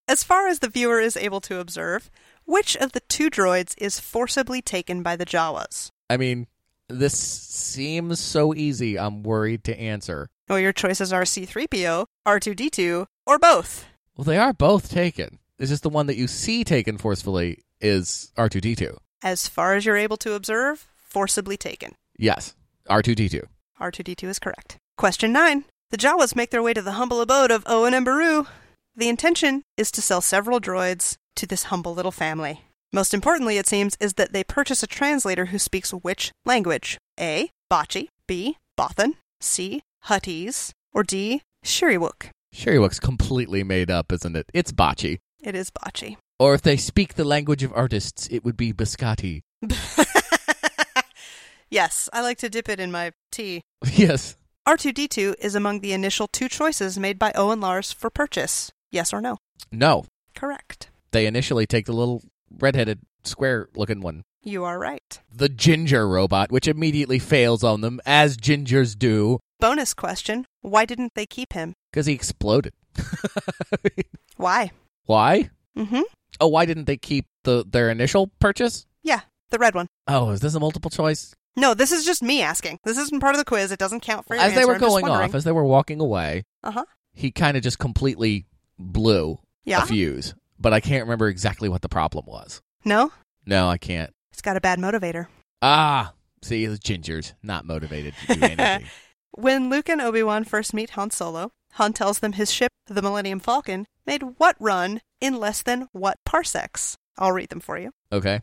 Speaker 5: As far as the viewer is able to observe, which of the two droids is forcibly taken by the Jawas?
Speaker 4: I mean, this seems so easy. I'm worried to answer.
Speaker 5: Well, your choices are C3PO, R2D2, or both.
Speaker 4: Well, they are both taken. It's just the one that you see taken forcefully is R2D2.
Speaker 5: As far as you're able to observe, forcibly taken.
Speaker 4: Yes, R2D2.
Speaker 5: R2D2 is correct. Question 9. The Jawas make their way to the humble abode of Owen and Baru. The intention is to sell several droids to this humble little family. Most importantly, it seems, is that they purchase a translator who speaks which language? A. Bachi, B. Bothan, C. Huttese, or D. Shiriwook.
Speaker 4: Sherry looks completely made up, isn't it? It's bocce.
Speaker 5: It is Bachi.
Speaker 4: Or if they speak the language of artists, it would be biscotti.
Speaker 5: yes, I like to dip it in my tea.
Speaker 4: Yes.
Speaker 5: R2D2 is among the initial two choices made by Owen Lars for purchase. Yes or no?
Speaker 4: No.
Speaker 5: Correct.
Speaker 4: They initially take the little redheaded square looking one.
Speaker 5: You are right.
Speaker 4: The ginger robot, which immediately fails on them, as gingers do,
Speaker 5: Bonus question Why didn't they keep him?
Speaker 4: because he exploded.
Speaker 5: Why?
Speaker 4: Why?
Speaker 5: Mm hmm.
Speaker 4: Oh, why didn't they keep the their initial purchase?
Speaker 5: Yeah, the red one.
Speaker 4: Oh, is this a multiple choice?
Speaker 5: No, this is just me asking. This isn't part of the quiz. It doesn't count for your
Speaker 4: As they
Speaker 5: answer.
Speaker 4: were going off, as they were walking away,
Speaker 5: Uh huh.
Speaker 4: he kind of just completely blew
Speaker 5: Yeah.
Speaker 4: a fuse. But I can't remember exactly what the problem was.
Speaker 5: No,
Speaker 4: No, I can't.
Speaker 5: it's got a bad motivator.
Speaker 4: Ah, see, the gingers not motivated to do anything.
Speaker 5: When Luke and Obi Wan first meet Han Solo, Han tells them his ship, the Millennium Falcon, made what run in less than what parsecs? I'll read them for you.
Speaker 4: okay.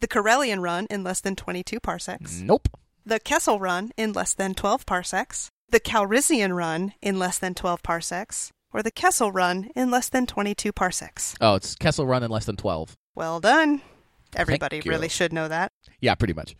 Speaker 5: The Corellian run in less than 22 parsecs.
Speaker 4: Nope.
Speaker 5: the Kessel Run in less than 12 parsecs, the Calrissian Run in less than 12 parsecs, or the Kessel Run in less than 22 parsecs.
Speaker 4: Oh, it's Kessel Run in less than twelve.
Speaker 5: Well done. Everybody
Speaker 4: Thank you.
Speaker 5: really should know that.
Speaker 4: Yeah, pretty much.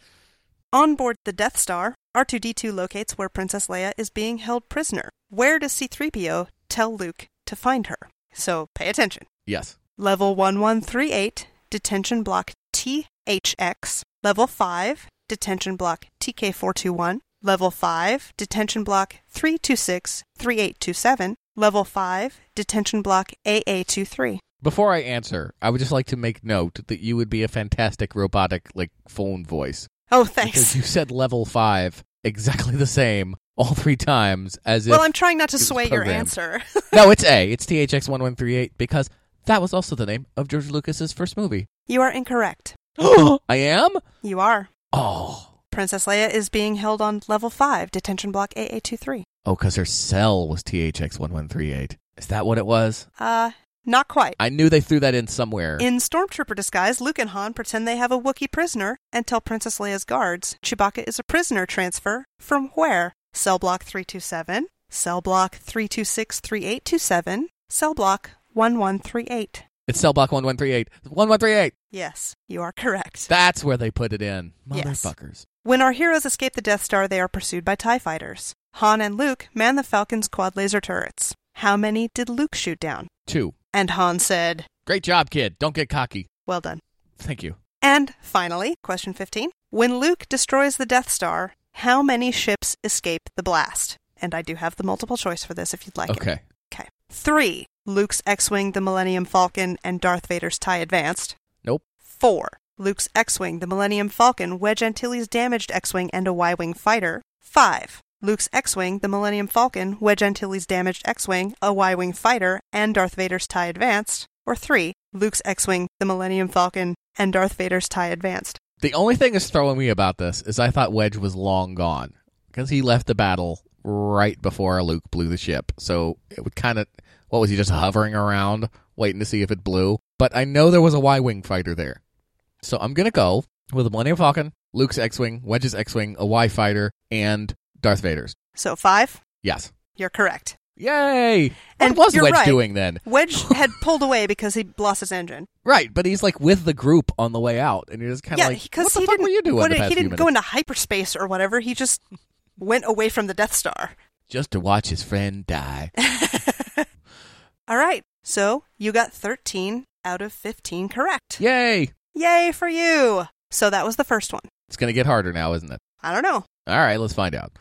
Speaker 5: On board the Death Star, R2D2 locates where Princess Leia is being held prisoner. Where does C3PO tell Luke to find her? So pay attention.
Speaker 4: Yes.
Speaker 5: Level 1138, Detention Block THX. Level 5, Detention Block TK421. Level 5, Detention Block 326 3827. Level 5, Detention Block AA23.
Speaker 4: Before I answer, I would just like to make note that you would be a fantastic robotic like phone voice
Speaker 5: Oh,
Speaker 4: because
Speaker 5: thanks.
Speaker 4: you said level 5 exactly the same all three times as
Speaker 5: Well,
Speaker 4: if
Speaker 5: I'm trying not to
Speaker 4: it was
Speaker 5: sway your
Speaker 4: programmed.
Speaker 5: answer.
Speaker 4: No, it's A. It's THX1138 because that was also the name of George Lucas's first movie.
Speaker 5: you are incorrect.
Speaker 4: I am?
Speaker 5: You are.
Speaker 4: Oh.
Speaker 5: Princess Leia is being held on level 5, detention block AA23.
Speaker 4: Oh, because her cell was THX1138. Is that what it was?
Speaker 5: Uh, not quite.
Speaker 4: I knew they threw that in somewhere.
Speaker 5: In stormtrooper disguise, Luke and Han pretend they have a Wookiee prisoner and tell Princess Leia's guards Chewbacca is a prisoner transfer from where? Cell block 327, cell block 326 3827, cell block 1138.
Speaker 4: it's cell block 1138. 1138.
Speaker 5: Yes, you are correct.
Speaker 4: That's where they put it in.
Speaker 5: Yes.
Speaker 4: Motherfuckers.
Speaker 5: When our heroes escape the Death Star, they are pursued by TIE fighters. Han and Luke man the Falcon's quad laser turrets. How many did Luke shoot down?
Speaker 4: Two.
Speaker 5: And Han said,
Speaker 4: Great job, kid. Don't get cocky.
Speaker 5: Well done.
Speaker 4: Thank you.
Speaker 5: And finally, question 15. When Luke destroys the Death Star, how many ships escape the blast? And I do have the multiple choice for this if you'd like it.
Speaker 4: okay.
Speaker 5: Okay. Three, Luke's X Wing, the Millennium Falcon, and Darth Vader's TIE Advanced.
Speaker 4: Nope.
Speaker 5: Four, Luke's X Wing, the Millennium Falcon, Wedge Antilles' damaged X Wing, and a Y Wing fighter. Five, Luke's X Wing, the Millennium Falcon, Wedge Antilles' damaged X Wing, a Y Wing fighter, and Darth Vader's TIE Advanced. Or three, Luke's X Wing, the Millennium Falcon, and Darth Vader's TIE Advanced.
Speaker 4: The only thing that's throwing me about this is I thought Wedge was long gone because he left the battle right before Luke blew the ship. So it would kind of, what was he just hovering around waiting to see if it blew? But I know there was a Y Wing fighter there. So I'm going to go with the Millennium Falcon, Luke's X Wing, Wedge's X Wing, a Y fighter, and Darth Vader's.
Speaker 5: So five,
Speaker 4: Yes.
Speaker 5: you're correct.
Speaker 4: Yay! What
Speaker 5: And
Speaker 4: was
Speaker 5: you're
Speaker 4: Wedge
Speaker 5: right.
Speaker 4: doing then?
Speaker 5: Wedge had pulled away because he lost his engine.
Speaker 4: Right, but he's like with the group on the way out, and you're just kind of like, what the
Speaker 5: he
Speaker 4: fuck
Speaker 5: didn't
Speaker 4: were you doing
Speaker 5: what
Speaker 4: the
Speaker 5: did-
Speaker 4: past
Speaker 5: he
Speaker 4: few
Speaker 5: didn't
Speaker 4: minutes?
Speaker 5: go into hyperspace or whatever. He just went away from the Death Star.
Speaker 4: Just to watch his friend die.
Speaker 5: All right. So you got 13 out of 15 correct.
Speaker 4: Yay!
Speaker 5: Yay for you. So that was the first one.
Speaker 4: It's going to get harder now, isn't it?
Speaker 5: I don't know.
Speaker 4: All right, let's find out.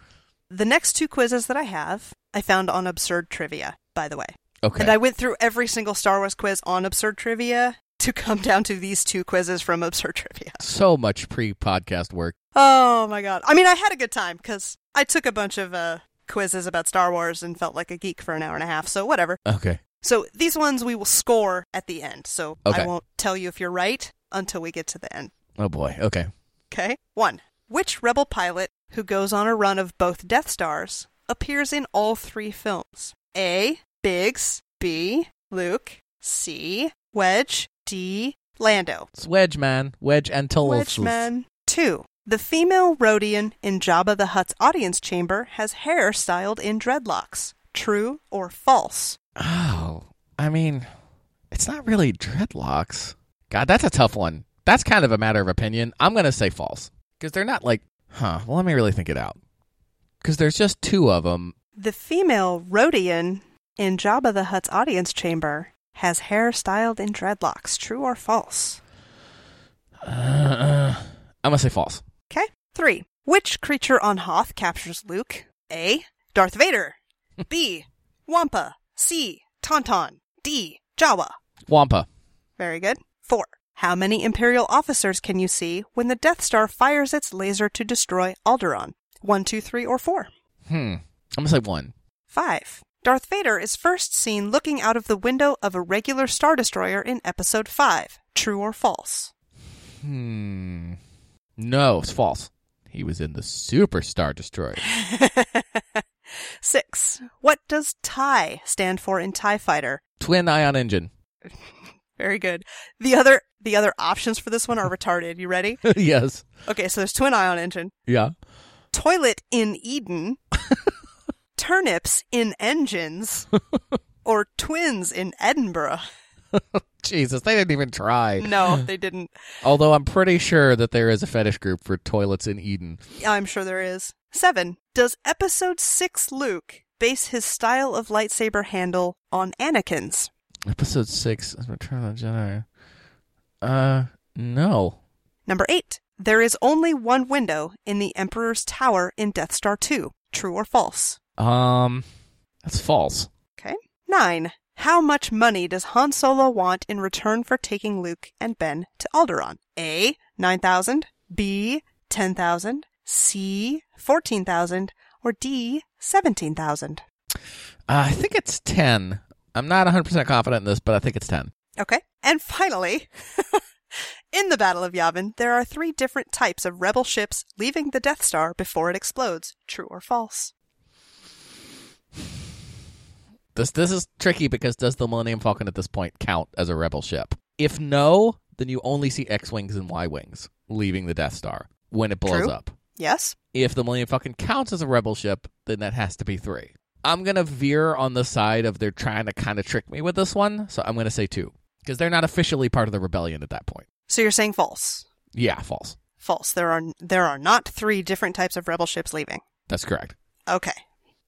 Speaker 5: The next two quizzes that I have, I found on Absurd Trivia, by the way.
Speaker 4: Okay.
Speaker 5: And I went through every single Star Wars quiz on Absurd Trivia to come down to these two quizzes from Absurd Trivia.
Speaker 4: so much pre-podcast work.
Speaker 5: Oh my god. I mean, I had a good time because I took a bunch of uh, quizzes about Star Wars and felt like a geek for an hour and a half, so whatever.
Speaker 4: Okay.
Speaker 5: So these ones we will score at the end. So
Speaker 4: Okay.
Speaker 5: I won't tell you if you're right until we get to the end.
Speaker 4: Oh boy. Okay.
Speaker 5: Okay? One. Which rebel pilot who goes on a run of both Death Stars appears in all three films? A. Biggs. B. Luke. C. Wedge. D. Lando.
Speaker 4: It's Wedge man. Wedge Antilles.
Speaker 5: Wedgeman. Two. The female Rhodian in Jabba the Hutt's audience chamber has hair styled in dreadlocks. True or false?
Speaker 4: Oh, I mean, it's not really dreadlocks. God, that's a tough one. That's kind of a matter of opinion. I'm gonna say false because they're not like, huh? Well, let me really think it out. Because there's just two of them.
Speaker 5: The female Rhodian in Jabba the Hutt's audience chamber has hair styled in dreadlocks. True or false?
Speaker 4: Uh, I'm gonna say false.
Speaker 5: Okay. Three. Which creature on Hoth captures Luke? A. Darth Vader. B. Wampa. C. Tauntaun. D. Jawa.
Speaker 4: Wampa.
Speaker 5: Very good. Four. How many Imperial officers can you see when the Death Star fires its laser to destroy Alderaan? One, two, three, or four?
Speaker 4: Hmm. I'm gonna say one.
Speaker 5: Five. Darth Vader is first seen looking out of the window of a regular Star Destroyer in Episode 5. True or false?
Speaker 4: Hmm. No, it's false. He was in the Superstar Destroyer.
Speaker 5: Six. What does TIE stand for in TIE Fighter?
Speaker 4: Twin ion engine.
Speaker 5: Very good. The other the other options for this one are retarded. You ready?
Speaker 4: yes.
Speaker 5: Okay, so there's twin ion engine.
Speaker 4: Yeah.
Speaker 5: toilet in Eden, turnips in engines, or twins in Edinburgh.
Speaker 4: Jesus, they didn't even try.
Speaker 5: No, they didn't.
Speaker 4: Although I'm pretty sure that there is a fetish group for toilets in Eden.
Speaker 5: I'm sure there is. Seven. Does episode six Luke base his style of lightsaber handle on Anakin's?
Speaker 4: Episode six, Return of the Jedi. Uh, no.
Speaker 5: Number eight. There is only one window in the Emperor's Tower in Death Star 2. True or false?
Speaker 4: Um, that's false.
Speaker 5: Okay. 9. How much money does Han Solo want in return for taking Luke and Ben to Alderaan? A. 9,000. B. 10,000. C. 14,000. Or D. 17,000.
Speaker 4: Uh, I think it's 10. I'm not 100% confident in this, but I think it's 10.
Speaker 5: Okay. And finally, in the Battle of Yavin, there are three different types of rebel ships leaving the Death Star before it explodes. True or false?
Speaker 4: This this is tricky because does the Millennium Falcon at this point count as a rebel ship? If no, then you only see X-wings and Y-wings leaving the Death Star when it blows
Speaker 5: True.
Speaker 4: up.
Speaker 5: Yes.
Speaker 4: If the Millennium Falcon counts as a rebel ship, then that has to be 3. I'm going to veer on the side of they're trying to kind of trick me with this one, so I'm going to say 2 because they're not officially part of the rebellion at that point.
Speaker 5: So you're saying false.
Speaker 4: Yeah, false.
Speaker 5: False. There are there are not three different types of rebel ships leaving.
Speaker 4: That's correct.
Speaker 5: Okay.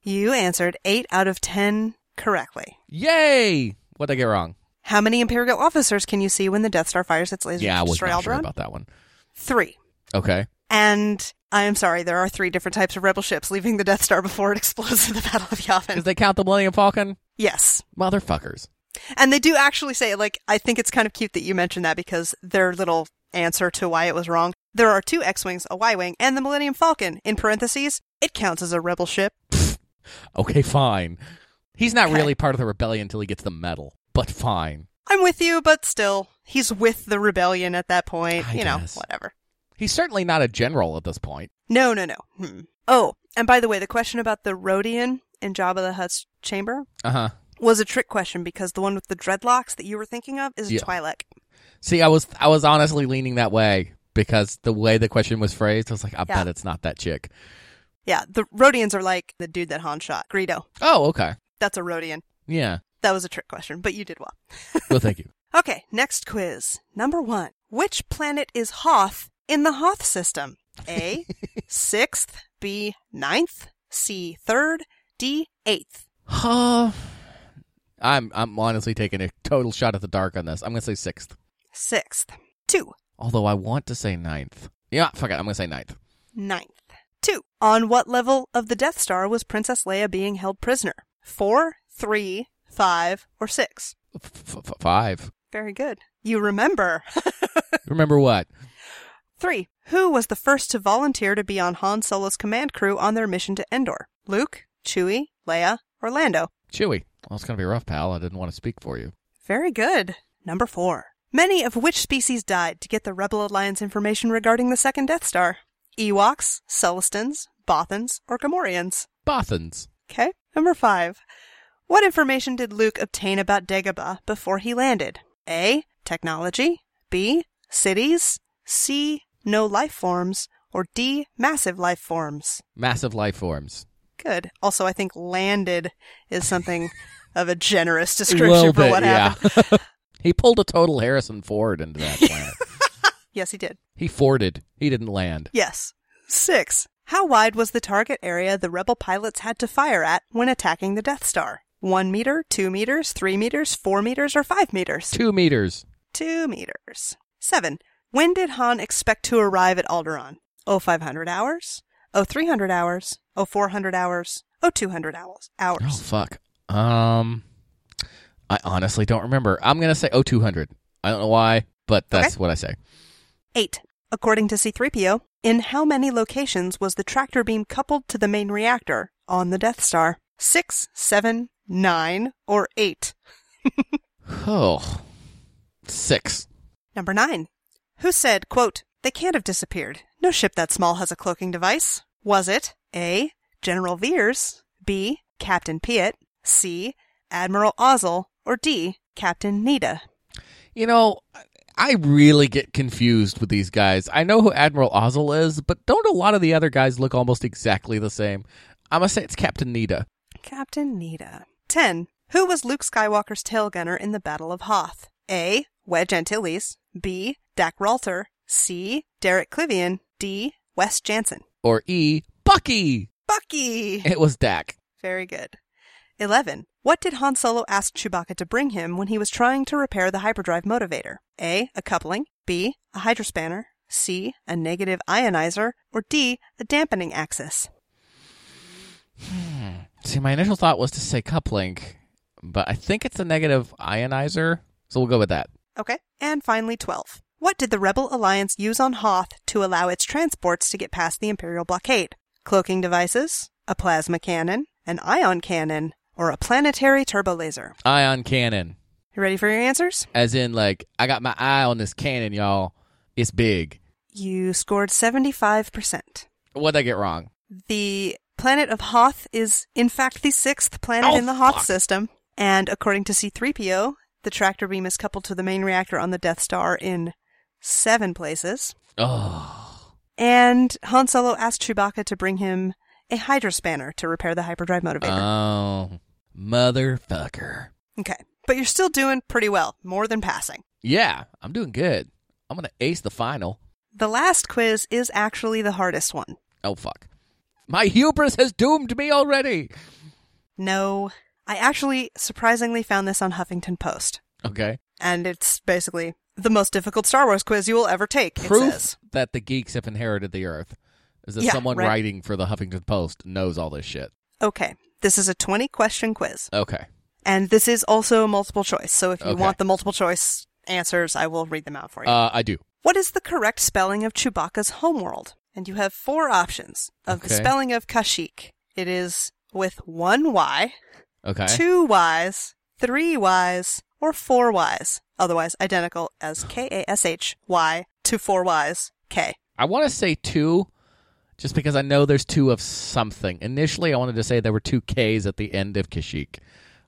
Speaker 5: You answered 8 out of 10 correctly.
Speaker 4: Yay! What did I get wrong?
Speaker 5: How many Imperial officers can you see when the Death Star fires its lasers
Speaker 4: yeah, I
Speaker 5: to
Speaker 4: was
Speaker 5: destroy
Speaker 4: not sure
Speaker 5: Alderaan?
Speaker 4: about that one.
Speaker 5: Three.
Speaker 4: Okay.
Speaker 5: And I am sorry, there are three different types of rebel ships leaving the Death Star before it explodes in the Battle of
Speaker 4: Because
Speaker 5: Yavin.
Speaker 4: they count the Millennium Falcon?
Speaker 5: Yes.
Speaker 4: Motherfuckers.
Speaker 5: And they do actually say, like, I think it's kind of cute that you mentioned that because their little answer to why it was wrong. There are two X Wings, a Y Wing, and the Millennium Falcon, in parentheses. It counts as a rebel ship.
Speaker 4: Okay, fine. He's not
Speaker 5: Okay.
Speaker 4: really part of the rebellion until he gets the medal, but fine.
Speaker 5: I'm with you, but still, he's with the rebellion at that point.
Speaker 4: I
Speaker 5: you know,
Speaker 4: guess.
Speaker 5: whatever.
Speaker 4: He's certainly not a general at this point.
Speaker 5: No, no, no. Hmm. Oh, and by the way, the question about the Rhodian in Jabba the Hutt's chamber
Speaker 4: Uh huh.
Speaker 5: was a trick question because the one with the dreadlocks that you were thinking of is a
Speaker 4: Yeah.
Speaker 5: Twi'lek.
Speaker 4: See, I was I was honestly leaning that way because the way the question was phrased, I was like, I
Speaker 5: Yeah.
Speaker 4: bet it's not that chick.
Speaker 5: Yeah, the Rhodians are like the dude that Han shot, Greedo.
Speaker 4: Oh, okay.
Speaker 5: That's a Rhodian.
Speaker 4: Yeah.
Speaker 5: That was a trick question, but you did well.
Speaker 4: Well, thank you.
Speaker 5: Okay, next quiz. Number one. Which planet is Hoth in the Hoth system? A, sixth, B, ninth, C, third, D, eighth.
Speaker 4: Huh. I'm I'm honestly taking a total shot at the dark on this. I'm gonna say sixth,
Speaker 5: Sixth. Two.
Speaker 4: although I want to say ninth. Yeah, fuck it. I'm gonna say ninth.
Speaker 5: Ninth. Two. On what level of the Death Star was Princess Leia being held prisoner? Four, three, five, or six?
Speaker 4: F- f- five.
Speaker 5: Very good. You remember.
Speaker 4: Remember what?
Speaker 5: Three. Who was the first to volunteer to be on Han Solo's command crew on their mission to Endor? Luke, Chewie, Leia, or Lando?
Speaker 4: Chewy. Well, it's gonna be rough, pal. I didn't want to speak for you.
Speaker 5: Very good. Number four. Many of which species died to get the Rebel Alliance information regarding the second Death Star? Ewoks, Celestins, Bothans, or Gamorreans?
Speaker 4: Bothans.
Speaker 5: Okay. Number five. What information did Luke obtain about Dagobah before he landed? A. Technology. B. Cities. C. No life forms. Or D. Massive life forms.
Speaker 4: Massive life forms.
Speaker 5: Good. Also, I think landed is something of a generous description
Speaker 4: Little
Speaker 5: for
Speaker 4: bit,
Speaker 5: what happened.
Speaker 4: yeah. he pulled a total Harrison Ford into that planet.
Speaker 5: Yes, he did.
Speaker 4: he forded. He didn't land.
Speaker 5: Yes. Six. How wide was the target area the rebel pilots had to fire at when attacking the Death Star? One meter, two meters, three meters, four meters, or five meters?
Speaker 4: Two meters.
Speaker 5: Two meters. Seven. When did Han expect to arrive at Alderaan? Oh, 0500 hours? Oh, 0300 hours? Oh, 0400 hours? Oh, 0200 hours?
Speaker 4: Oh
Speaker 5: Hours.
Speaker 4: fuck. Um, I honestly don't remember. I'm gonna say 0200. I don't know why, but that's
Speaker 5: Okay.
Speaker 4: what I say.
Speaker 5: Eight. According to C3PO, in how many locations was the tractor beam coupled to the main reactor on the Death Star? Six, seven, nine, or eight?
Speaker 4: Oh, six.
Speaker 5: Number nine. Who said, quote, they can't have disappeared. No ship that small has a cloaking device. Was it A. General Veers, B. Captain Piet, C. Admiral Ozzel, or D. Captain Nita?
Speaker 4: You know, I really get confused with these guys. I know who Admiral Ozzel is, but don't a lot of the other guys look almost exactly the same? I'm gonna say it's Captain Nita.
Speaker 5: Captain Nita. 10. Who was Luke Skywalker's tail gunner in the Battle of Hoth? A. Wedge Antilles, B. Dak Ralter, C. Derek Clivian, D. Wes Jansen.
Speaker 4: or E. Bucky.
Speaker 5: Bucky!
Speaker 4: It was Dak.
Speaker 5: Very good. 11. What did Han Solo ask Chewbacca to bring him when he was trying to repair the hyperdrive motivator? A. A coupling. B. A hydrospanner. C, a negative ionizer, or D, a dampening axis.
Speaker 4: See, my initial thought was to say coupling, but I think it's a negative ionizer, so we'll go with that.
Speaker 5: Okay. And finally, 12. What did the Rebel Alliance use on Hoth to allow its transports to get past the Imperial blockade? Cloaking devices, a plasma cannon, an ion cannon, or a planetary turbolaser?
Speaker 4: Ion cannon,
Speaker 5: You ready for your answers?
Speaker 4: as in like I got my eye on this cannon, y'all. It's big.
Speaker 5: You scored 75%.
Speaker 4: What'd I get wrong?
Speaker 5: The planet of Hoth is, in fact, the sixth planet
Speaker 4: Oh,
Speaker 5: in the Hoth
Speaker 4: fuck.
Speaker 5: system. And according to C3PO, the tractor beam is coupled to the main reactor on the Death Star in seven places.
Speaker 4: Oh,
Speaker 5: And Han Solo asked Chewbacca to bring him a Hydra spanner to repair the hyperdrive motivator.
Speaker 4: oh, motherfucker!
Speaker 5: okay. But you're still doing pretty well, more than passing.
Speaker 4: Yeah, I'm doing good. I'm gonna ace the final.
Speaker 5: The last quiz is actually the hardest one.
Speaker 4: Oh fuck, my hubris has doomed me already.
Speaker 5: No, I actually surprisingly found this on Huffington Post.
Speaker 4: Okay,
Speaker 5: and it's basically the most difficult Star Wars quiz you will ever take. It
Speaker 4: proof
Speaker 5: says.
Speaker 4: that the geeks have inherited the earth is that
Speaker 5: Yeah,
Speaker 4: someone
Speaker 5: right.
Speaker 4: writing for the Huffington Post knows all this shit.
Speaker 5: Okay, this is a 20 question quiz,
Speaker 4: Okay,
Speaker 5: and this is also multiple choice. So if you
Speaker 4: Okay.
Speaker 5: want the multiple choice answers, I will read them out for you.
Speaker 4: uh, I do.
Speaker 5: what is the correct spelling of Chewbacca's homeworld? And you have four options of the
Speaker 4: Okay.
Speaker 5: spelling of Kashyyyk. It is with one Y,
Speaker 4: Okay,
Speaker 5: two Ys, three Ys, or four Ys, otherwise identical as K A S H Y to four Ys K.
Speaker 4: I want to say two, just because I know there's two of something. Initially, I wanted to say there were two K's at the end of Kashyyyk,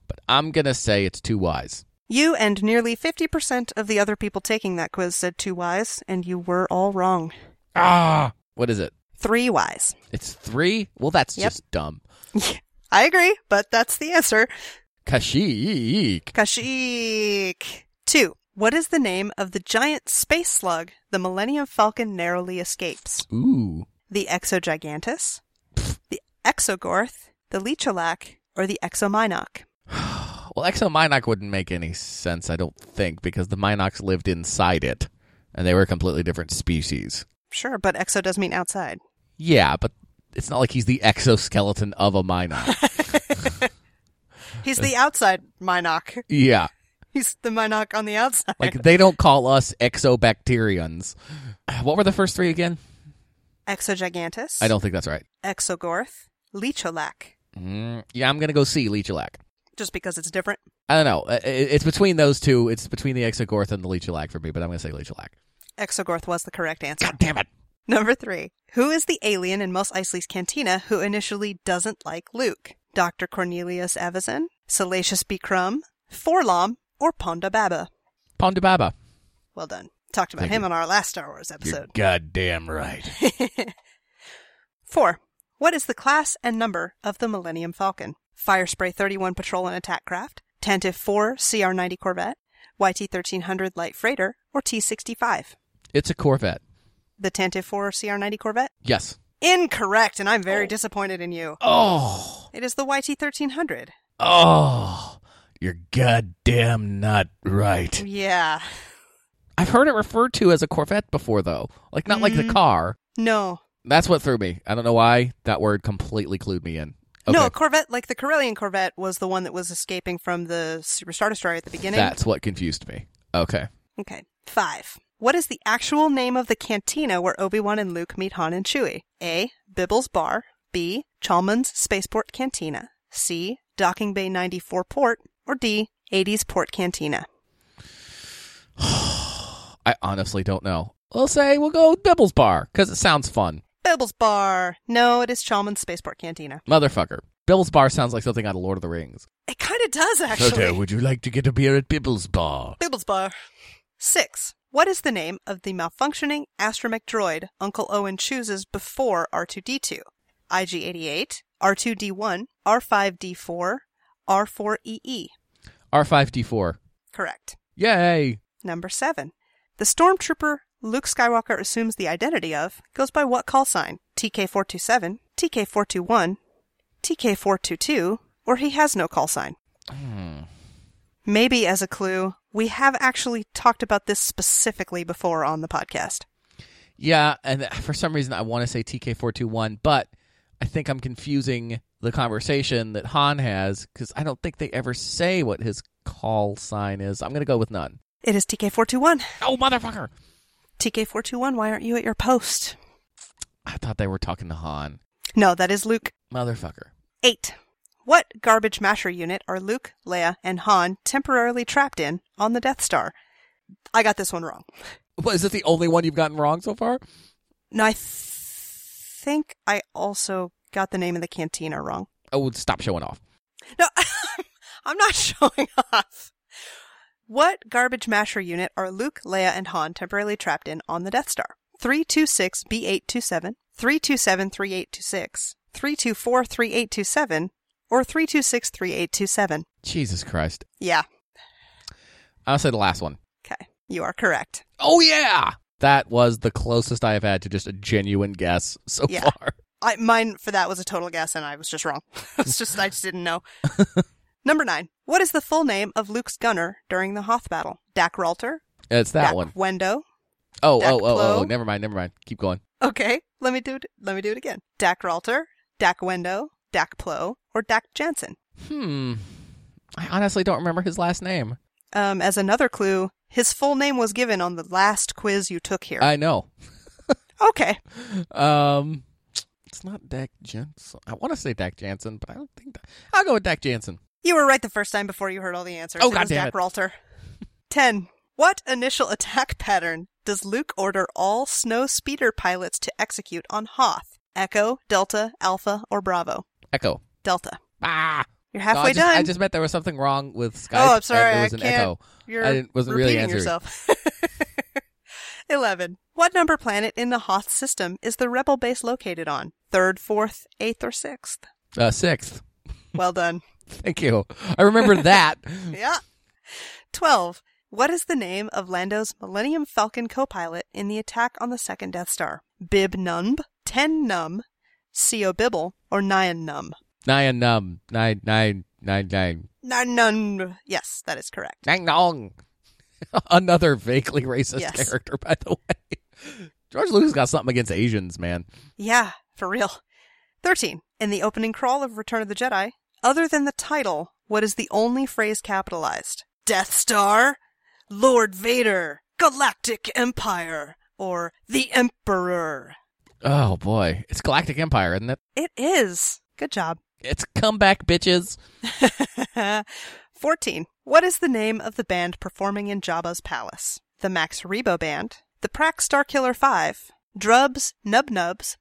Speaker 4: but I'm gonna say it's two Y's.
Speaker 5: You and nearly 50% of the other people taking that quiz said two Ys, and you were all wrong.
Speaker 4: Ah, what is it?
Speaker 5: Three Ys.
Speaker 4: It's three. Well, that's
Speaker 5: Yep.
Speaker 4: just dumb.
Speaker 5: I agree, but that's the answer.
Speaker 4: Kashyyyk.
Speaker 5: Kashyyyk. Two. What is the name of the giant space slug the Millennium Falcon narrowly escapes?
Speaker 4: Ooh.
Speaker 5: The Exogigantus, the Exogorth, the Leechalac, or the Exominoc?
Speaker 4: Well, Exominoc wouldn't make any sense, I don't think, because the Minocs lived inside it, and they were a completely different species.
Speaker 5: Sure, but Exo does mean outside.
Speaker 4: Yeah, but it's not like he's the exoskeleton of a Minoc.
Speaker 5: He's
Speaker 4: Uh,
Speaker 5: the outside Minoc.
Speaker 4: yeah.
Speaker 5: He's the Minoc on the outside.
Speaker 4: Like, they don't call us exobacterians. What were the first three again?
Speaker 5: Exogigantus.
Speaker 4: I don't think that's right.
Speaker 5: Exogorth, Leecholac,
Speaker 4: Mm, yeah, I'm going to go see Leechalac.
Speaker 5: just because it's different.
Speaker 4: I don't know. I- I- It's between those two. It's between the Exogorth and the Leechalac for me, but I'm going to say Leechalac.
Speaker 5: Exogorth was the correct answer.
Speaker 4: God damn it.
Speaker 5: Number three. Who is the alien in Mos Eisley's cantina who initially doesn't like Luke? Dr. Cornelius Evison, Salacious B. Crumb, Forlom, or Ponda Baba?
Speaker 4: Pondababa.
Speaker 5: Well done. Talked about
Speaker 4: Thank
Speaker 5: him
Speaker 4: you.
Speaker 5: on our last Star Wars episode.
Speaker 4: goddamn right.
Speaker 5: Four. What is the class and number of the Millennium Falcon? Firespray 31 patrol and attack craft, Tantive 4 CR 90 Corvette, YT 1300 light freighter, or T 65?
Speaker 4: It's a Corvette.
Speaker 5: The Tantive 4 CR 90 Corvette?
Speaker 4: Yes.
Speaker 5: Incorrect, and I'm very disappointed in you.
Speaker 4: Oh,
Speaker 5: It is the YT 1300.
Speaker 4: oh, you're goddamn not right.
Speaker 5: Yeah.
Speaker 4: I've heard it referred to as a Corvette before, though. Like, not like the car.
Speaker 5: No.
Speaker 4: That's what threw me. I don't know why that word completely clued me in. Okay.
Speaker 5: No, a Corvette, like the Corellian Corvette, was the one that was escaping from the Super Star Destroyer at the beginning.
Speaker 4: That's what confused me. Okay.
Speaker 5: Okay. Five. What is the actual name of the cantina where Obi Wan and Luke meet Han and Chewie? A. Bibble's Bar. B. Chalmers Spaceport Cantina. C. Docking Bay 94 Port. Or D. 80s Port Cantina.
Speaker 4: I honestly don't know. We'll say we'll go Bibble's Bar because it sounds fun.
Speaker 5: Bibble's Bar. No, it is Chalmers Spaceport Cantina.
Speaker 4: Motherfucker. Bibble's Bar sounds like something out of Lord of the Rings.
Speaker 5: It kind of does, actually.
Speaker 4: would you like to get a beer at Bibble's Bar?
Speaker 5: Bibble's Bar. Six. What is the name of the malfunctioning astromech droid Uncle Owen chooses before R2D2? IG 88, R2 D1, R5 D4, R4 EE.
Speaker 4: R5D4.
Speaker 5: E Correct.
Speaker 4: Yay.
Speaker 5: Number seven. The stormtrooper Luke Skywalker assumes the identity of goes by what call sign? TK 427, TK 421, TK 422, or he has no call sign? Maybe as a clue, we have actually talked about this specifically before on the podcast.
Speaker 4: Yeah, and for some reason I want to say TK421, but I think I'm confusing the conversation that Han has because I don't think they ever say what his call sign is. I'm going to go with none.
Speaker 5: It is TK421.
Speaker 4: Oh, motherfucker!
Speaker 5: TK421, why aren't you at your post?
Speaker 4: I thought they were talking to Han.
Speaker 5: No, that is Luke
Speaker 4: Motherfucker.
Speaker 5: 8. What garbage masher unit are Luke, Leia, and Han temporarily trapped in on the Death Star? I got this one wrong.
Speaker 4: What, is this the only one you've gotten wrong so far?
Speaker 5: No, I th- think I also got the name of the cantina wrong.
Speaker 4: Oh, well, stop showing off.
Speaker 5: No, I'm not showing off. What garbage masher unit are Luke, Leia, and Han temporarily trapped in on the Death Star? 326 B827, 327 3826, 324 3827, or 326 3827.
Speaker 4: Jesus Christ.
Speaker 5: Yeah,
Speaker 4: I'll say the last one.
Speaker 5: okay. You are correct.
Speaker 4: Oh, yeah! That was the closest I have had to just a genuine guess so
Speaker 5: Yeah.
Speaker 4: far.
Speaker 5: I, mine for that was a total guess, and I was just wrong. it's just I just didn't know. Number nine. What is the full name of Luke's gunner during the Hoth battle? Dak Ralter.
Speaker 4: It's that
Speaker 5: Dak
Speaker 4: one.
Speaker 5: Wendo.
Speaker 4: Oh,
Speaker 5: Dak
Speaker 4: oh, oh, oh, oh,
Speaker 5: Plo.
Speaker 4: never mind, never mind. Keep going.
Speaker 5: Okay, let me do it. Let me do it again. Dak Ralter, Dak Wendo, Dak Plo, or Dak Jansen.
Speaker 4: Hmm. I honestly don't remember his last name.
Speaker 5: Um, as another clue, his full name was given on the last quiz you took here.
Speaker 4: I know.
Speaker 5: okay,
Speaker 4: Um, it's not Dak Jensen. I want to say Dak Jansen, but I don't think that. I'll go with Dak Jansen.
Speaker 5: you were right the first time before you heard all the answers.
Speaker 4: Oh,
Speaker 5: it was
Speaker 4: goddammit.
Speaker 5: Dak Ralter. Ten. What initial attack pattern does Luke order all snow speeder pilots to execute on Hoth? Echo, Delta, Alpha, or Bravo?
Speaker 4: Echo.
Speaker 5: Delta.
Speaker 4: Ah,
Speaker 5: You're
Speaker 4: No,
Speaker 5: halfway
Speaker 4: I just,
Speaker 5: done.
Speaker 4: I just meant there was something wrong with Skype.
Speaker 5: Oh, I'm sorry.
Speaker 4: and
Speaker 5: I
Speaker 4: It was an
Speaker 5: can't-
Speaker 4: echo.
Speaker 5: You're
Speaker 4: I didn't- wasn't really
Speaker 5: repeating
Speaker 4: answering.
Speaker 5: yourself. Eleven. What number planet in the Hoth system is the Rebel base located on? Third, fourth, eighth, or sixth?
Speaker 4: Uh, sixth.
Speaker 5: Well done.
Speaker 4: Thank you. I remember that.
Speaker 5: yeah. Twelve. What is the name of Lando's Millennium Falcon co-pilot in the attack on the second Death Star? Bib Numb, Ten Numb, Co Bibble, or Nyan Numb?
Speaker 4: nine, um, nine, nine, nine, nine,
Speaker 5: Nyan Numb. Yes, that is correct.
Speaker 4: nine, nong. Another vaguely racist
Speaker 5: Yes.
Speaker 4: character, by the way. George Lucas got something against Asians, man.
Speaker 5: Yeah, for real. 13. In the opening crawl of Return of the Jedi, other than the title, what is the only phrase capitalized? Death Star? Lord Vader? Galactic Empire? Or The Emperor?
Speaker 4: Oh boy, it's Galactic Empire, isn't it?
Speaker 5: It is. Good job.
Speaker 4: It's comeback, bitches.
Speaker 5: 14. What is the name of the band performing in Jabba's palace? The Max Rebo Band? The Prax Starkiller 5? Drubs, Nub Nubs?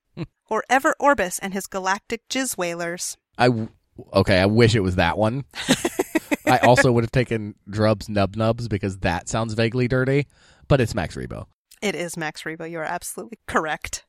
Speaker 5: or Ever Orbis and his Galactic Jizz Whalers?
Speaker 4: I w- okay. I wish it was that one. I also would have taken Drubs Nub Nubs because that sounds vaguely dirty, but it's Max Rebo.
Speaker 5: It is Max Rebo. You are absolutely correct.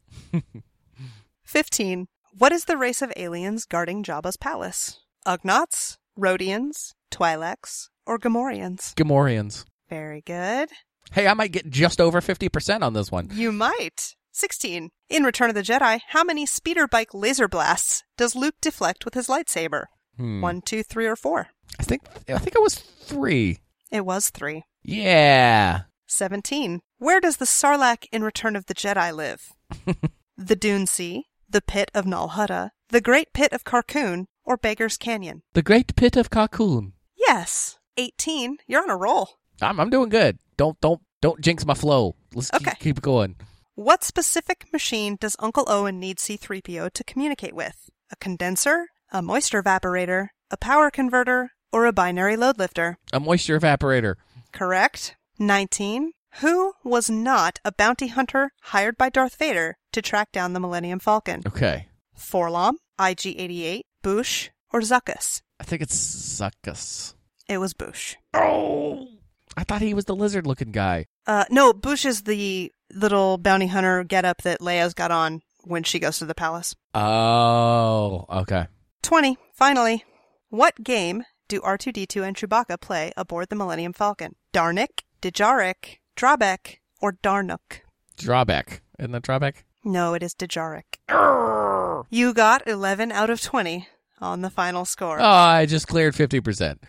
Speaker 5: 15. What is the race of aliens guarding Jabba's palace? Ugnaughts, Rhodians, Twi'leks, or Gamorreans?
Speaker 4: Gamorreans.
Speaker 5: Very good.
Speaker 4: Hey, I might get just over fifty percent on this one.
Speaker 5: You might. 16. In Return of the Jedi, how many speeder bike laser blasts does Luke deflect with his lightsaber?
Speaker 4: Hmm.
Speaker 5: One, two, three, or four?
Speaker 4: I think. I think it was three.
Speaker 5: It was three.
Speaker 4: Yeah.
Speaker 5: 17. Where does the Sarlacc in Return of the Jedi live? the Dune Sea, the Pit of Nalhutta, the Great Pit of Carcoon, or Beggar's Canyon?
Speaker 4: The Great Pit of Kakun.
Speaker 5: Yes. 18. You're on a roll.
Speaker 4: I'm. I'm doing good. Don't. Don't. Don't jinx my flow. Let's keep-
Speaker 5: Okay.
Speaker 4: keep going.
Speaker 5: What specific machine does Uncle Owen need C3PO to communicate with? A condenser, a moisture evaporator, a power converter, or a binary load lifter?
Speaker 4: A moisture evaporator.
Speaker 5: Correct. 19. Who was not a bounty hunter hired by Darth Vader to track down the Millennium Falcon?
Speaker 4: Okay.
Speaker 5: Forlom, IG 88, Bush, or Zuckus?
Speaker 4: I think it's Suckus.
Speaker 5: It was Bush.
Speaker 4: Oh. I thought he was the lizard-looking guy.
Speaker 5: Uh, no, Bush is the little bounty hunter getup that Leia's got on when she goes to the palace.
Speaker 4: Oh. Okay.
Speaker 5: 20. Finally, what game do R2D2 and Chewbacca play aboard the Millennium Falcon? Darnik, Dejaric, Drabek, or Darnuk?
Speaker 4: Drawback. Isn't that drawback?
Speaker 5: No, it is Dejaric. You got 11 out of 20 on the final score.
Speaker 4: Oh, I just cleared 50%.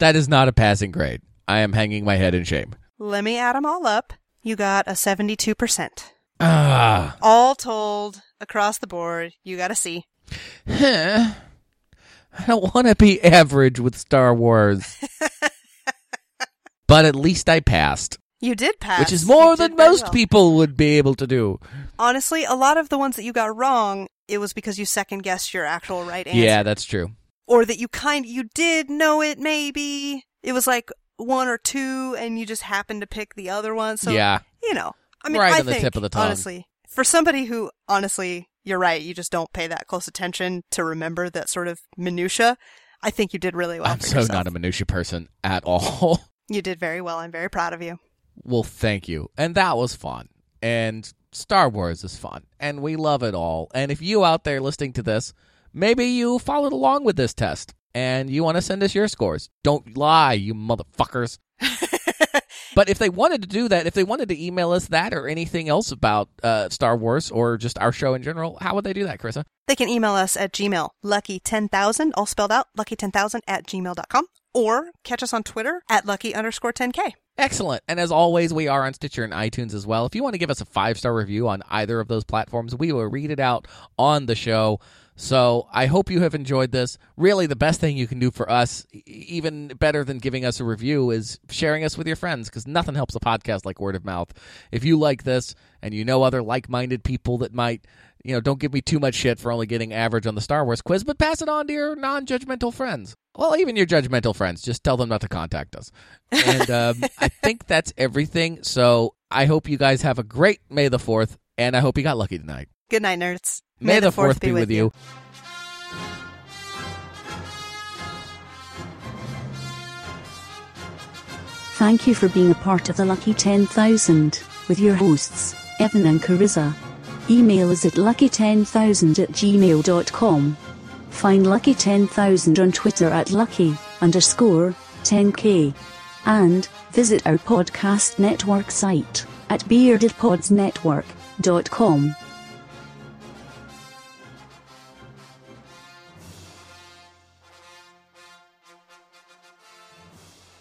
Speaker 4: That is not a passing grade. I am hanging my head in shame.
Speaker 5: Let me add them all up. You got a 72%.
Speaker 4: Ah.
Speaker 5: All told, across the board, you got to see.
Speaker 4: Huh. I don't want to be average with Star Wars. but at least I passed,
Speaker 5: You did pass,
Speaker 4: which is more
Speaker 5: You
Speaker 4: than
Speaker 5: did very
Speaker 4: most
Speaker 5: well.
Speaker 4: people would be able to do.
Speaker 5: Honestly, a lot of the ones that you got wrong, it was because you second guessed your actual right answer,
Speaker 4: Yeah, that's true.
Speaker 5: or that you kind you did know it. Maybe it was like one or two, and you just happened to pick the other one. So
Speaker 4: yeah.
Speaker 5: you know, I mean,
Speaker 4: Right
Speaker 5: I
Speaker 4: on the
Speaker 5: think,
Speaker 4: tip of the tongue.
Speaker 5: Honestly, for somebody who honestly, you're right, you just don't pay that close attention to remember that sort of minutia. I think you did really well.
Speaker 4: I'm
Speaker 5: for
Speaker 4: so
Speaker 5: yourself.
Speaker 4: not a minutia person at all.
Speaker 5: You did very well. I'm very proud of you.
Speaker 4: Well, thank you. And that was fun. And Star Wars is fun. And we love it all. And if you out there listening to this, maybe you followed along with this test and you want to send us your scores. Don't lie, you motherfuckers. but if they wanted to do that, if they wanted to email us that or anything else about uh, Star Wars or just our show in general, how would they do that, Carissa?
Speaker 5: They can email us at Gmail, lucky10000, all spelled out, lucky10000 at gmail.com, or catch us on Twitter at lucky underscore 10k.
Speaker 4: Excellent. And as always, we are on Stitcher and iTunes as well. If you want to give us a five star review on either of those platforms, we will read it out on the show. So I hope you have enjoyed this. Really, the best thing you can do for us, e- even better than giving us a review, is sharing us with your friends because nothing helps a podcast like word of mouth. If you like this and you know other like minded people that might, you know, don't give me too much shit for only getting average on the Star Wars quiz, but pass it on to your non judgmental friends. Well, even your judgmental friends, just tell them not to contact us. And um, I think that's everything. So I hope you guys have a great May the 4th, and I hope you got lucky tonight.
Speaker 5: Good night, nerds.
Speaker 4: May, the 4th, be with you.
Speaker 1: Thank you for being a part of the Lucky 10,000 with your hosts, Evan and Carissa. Email us at lucky10000 at gmail.com. Find Lucky 10,000 on Twitter at lucky underscore 10k. And visit our podcast network site at beardedpodsnetwork.com.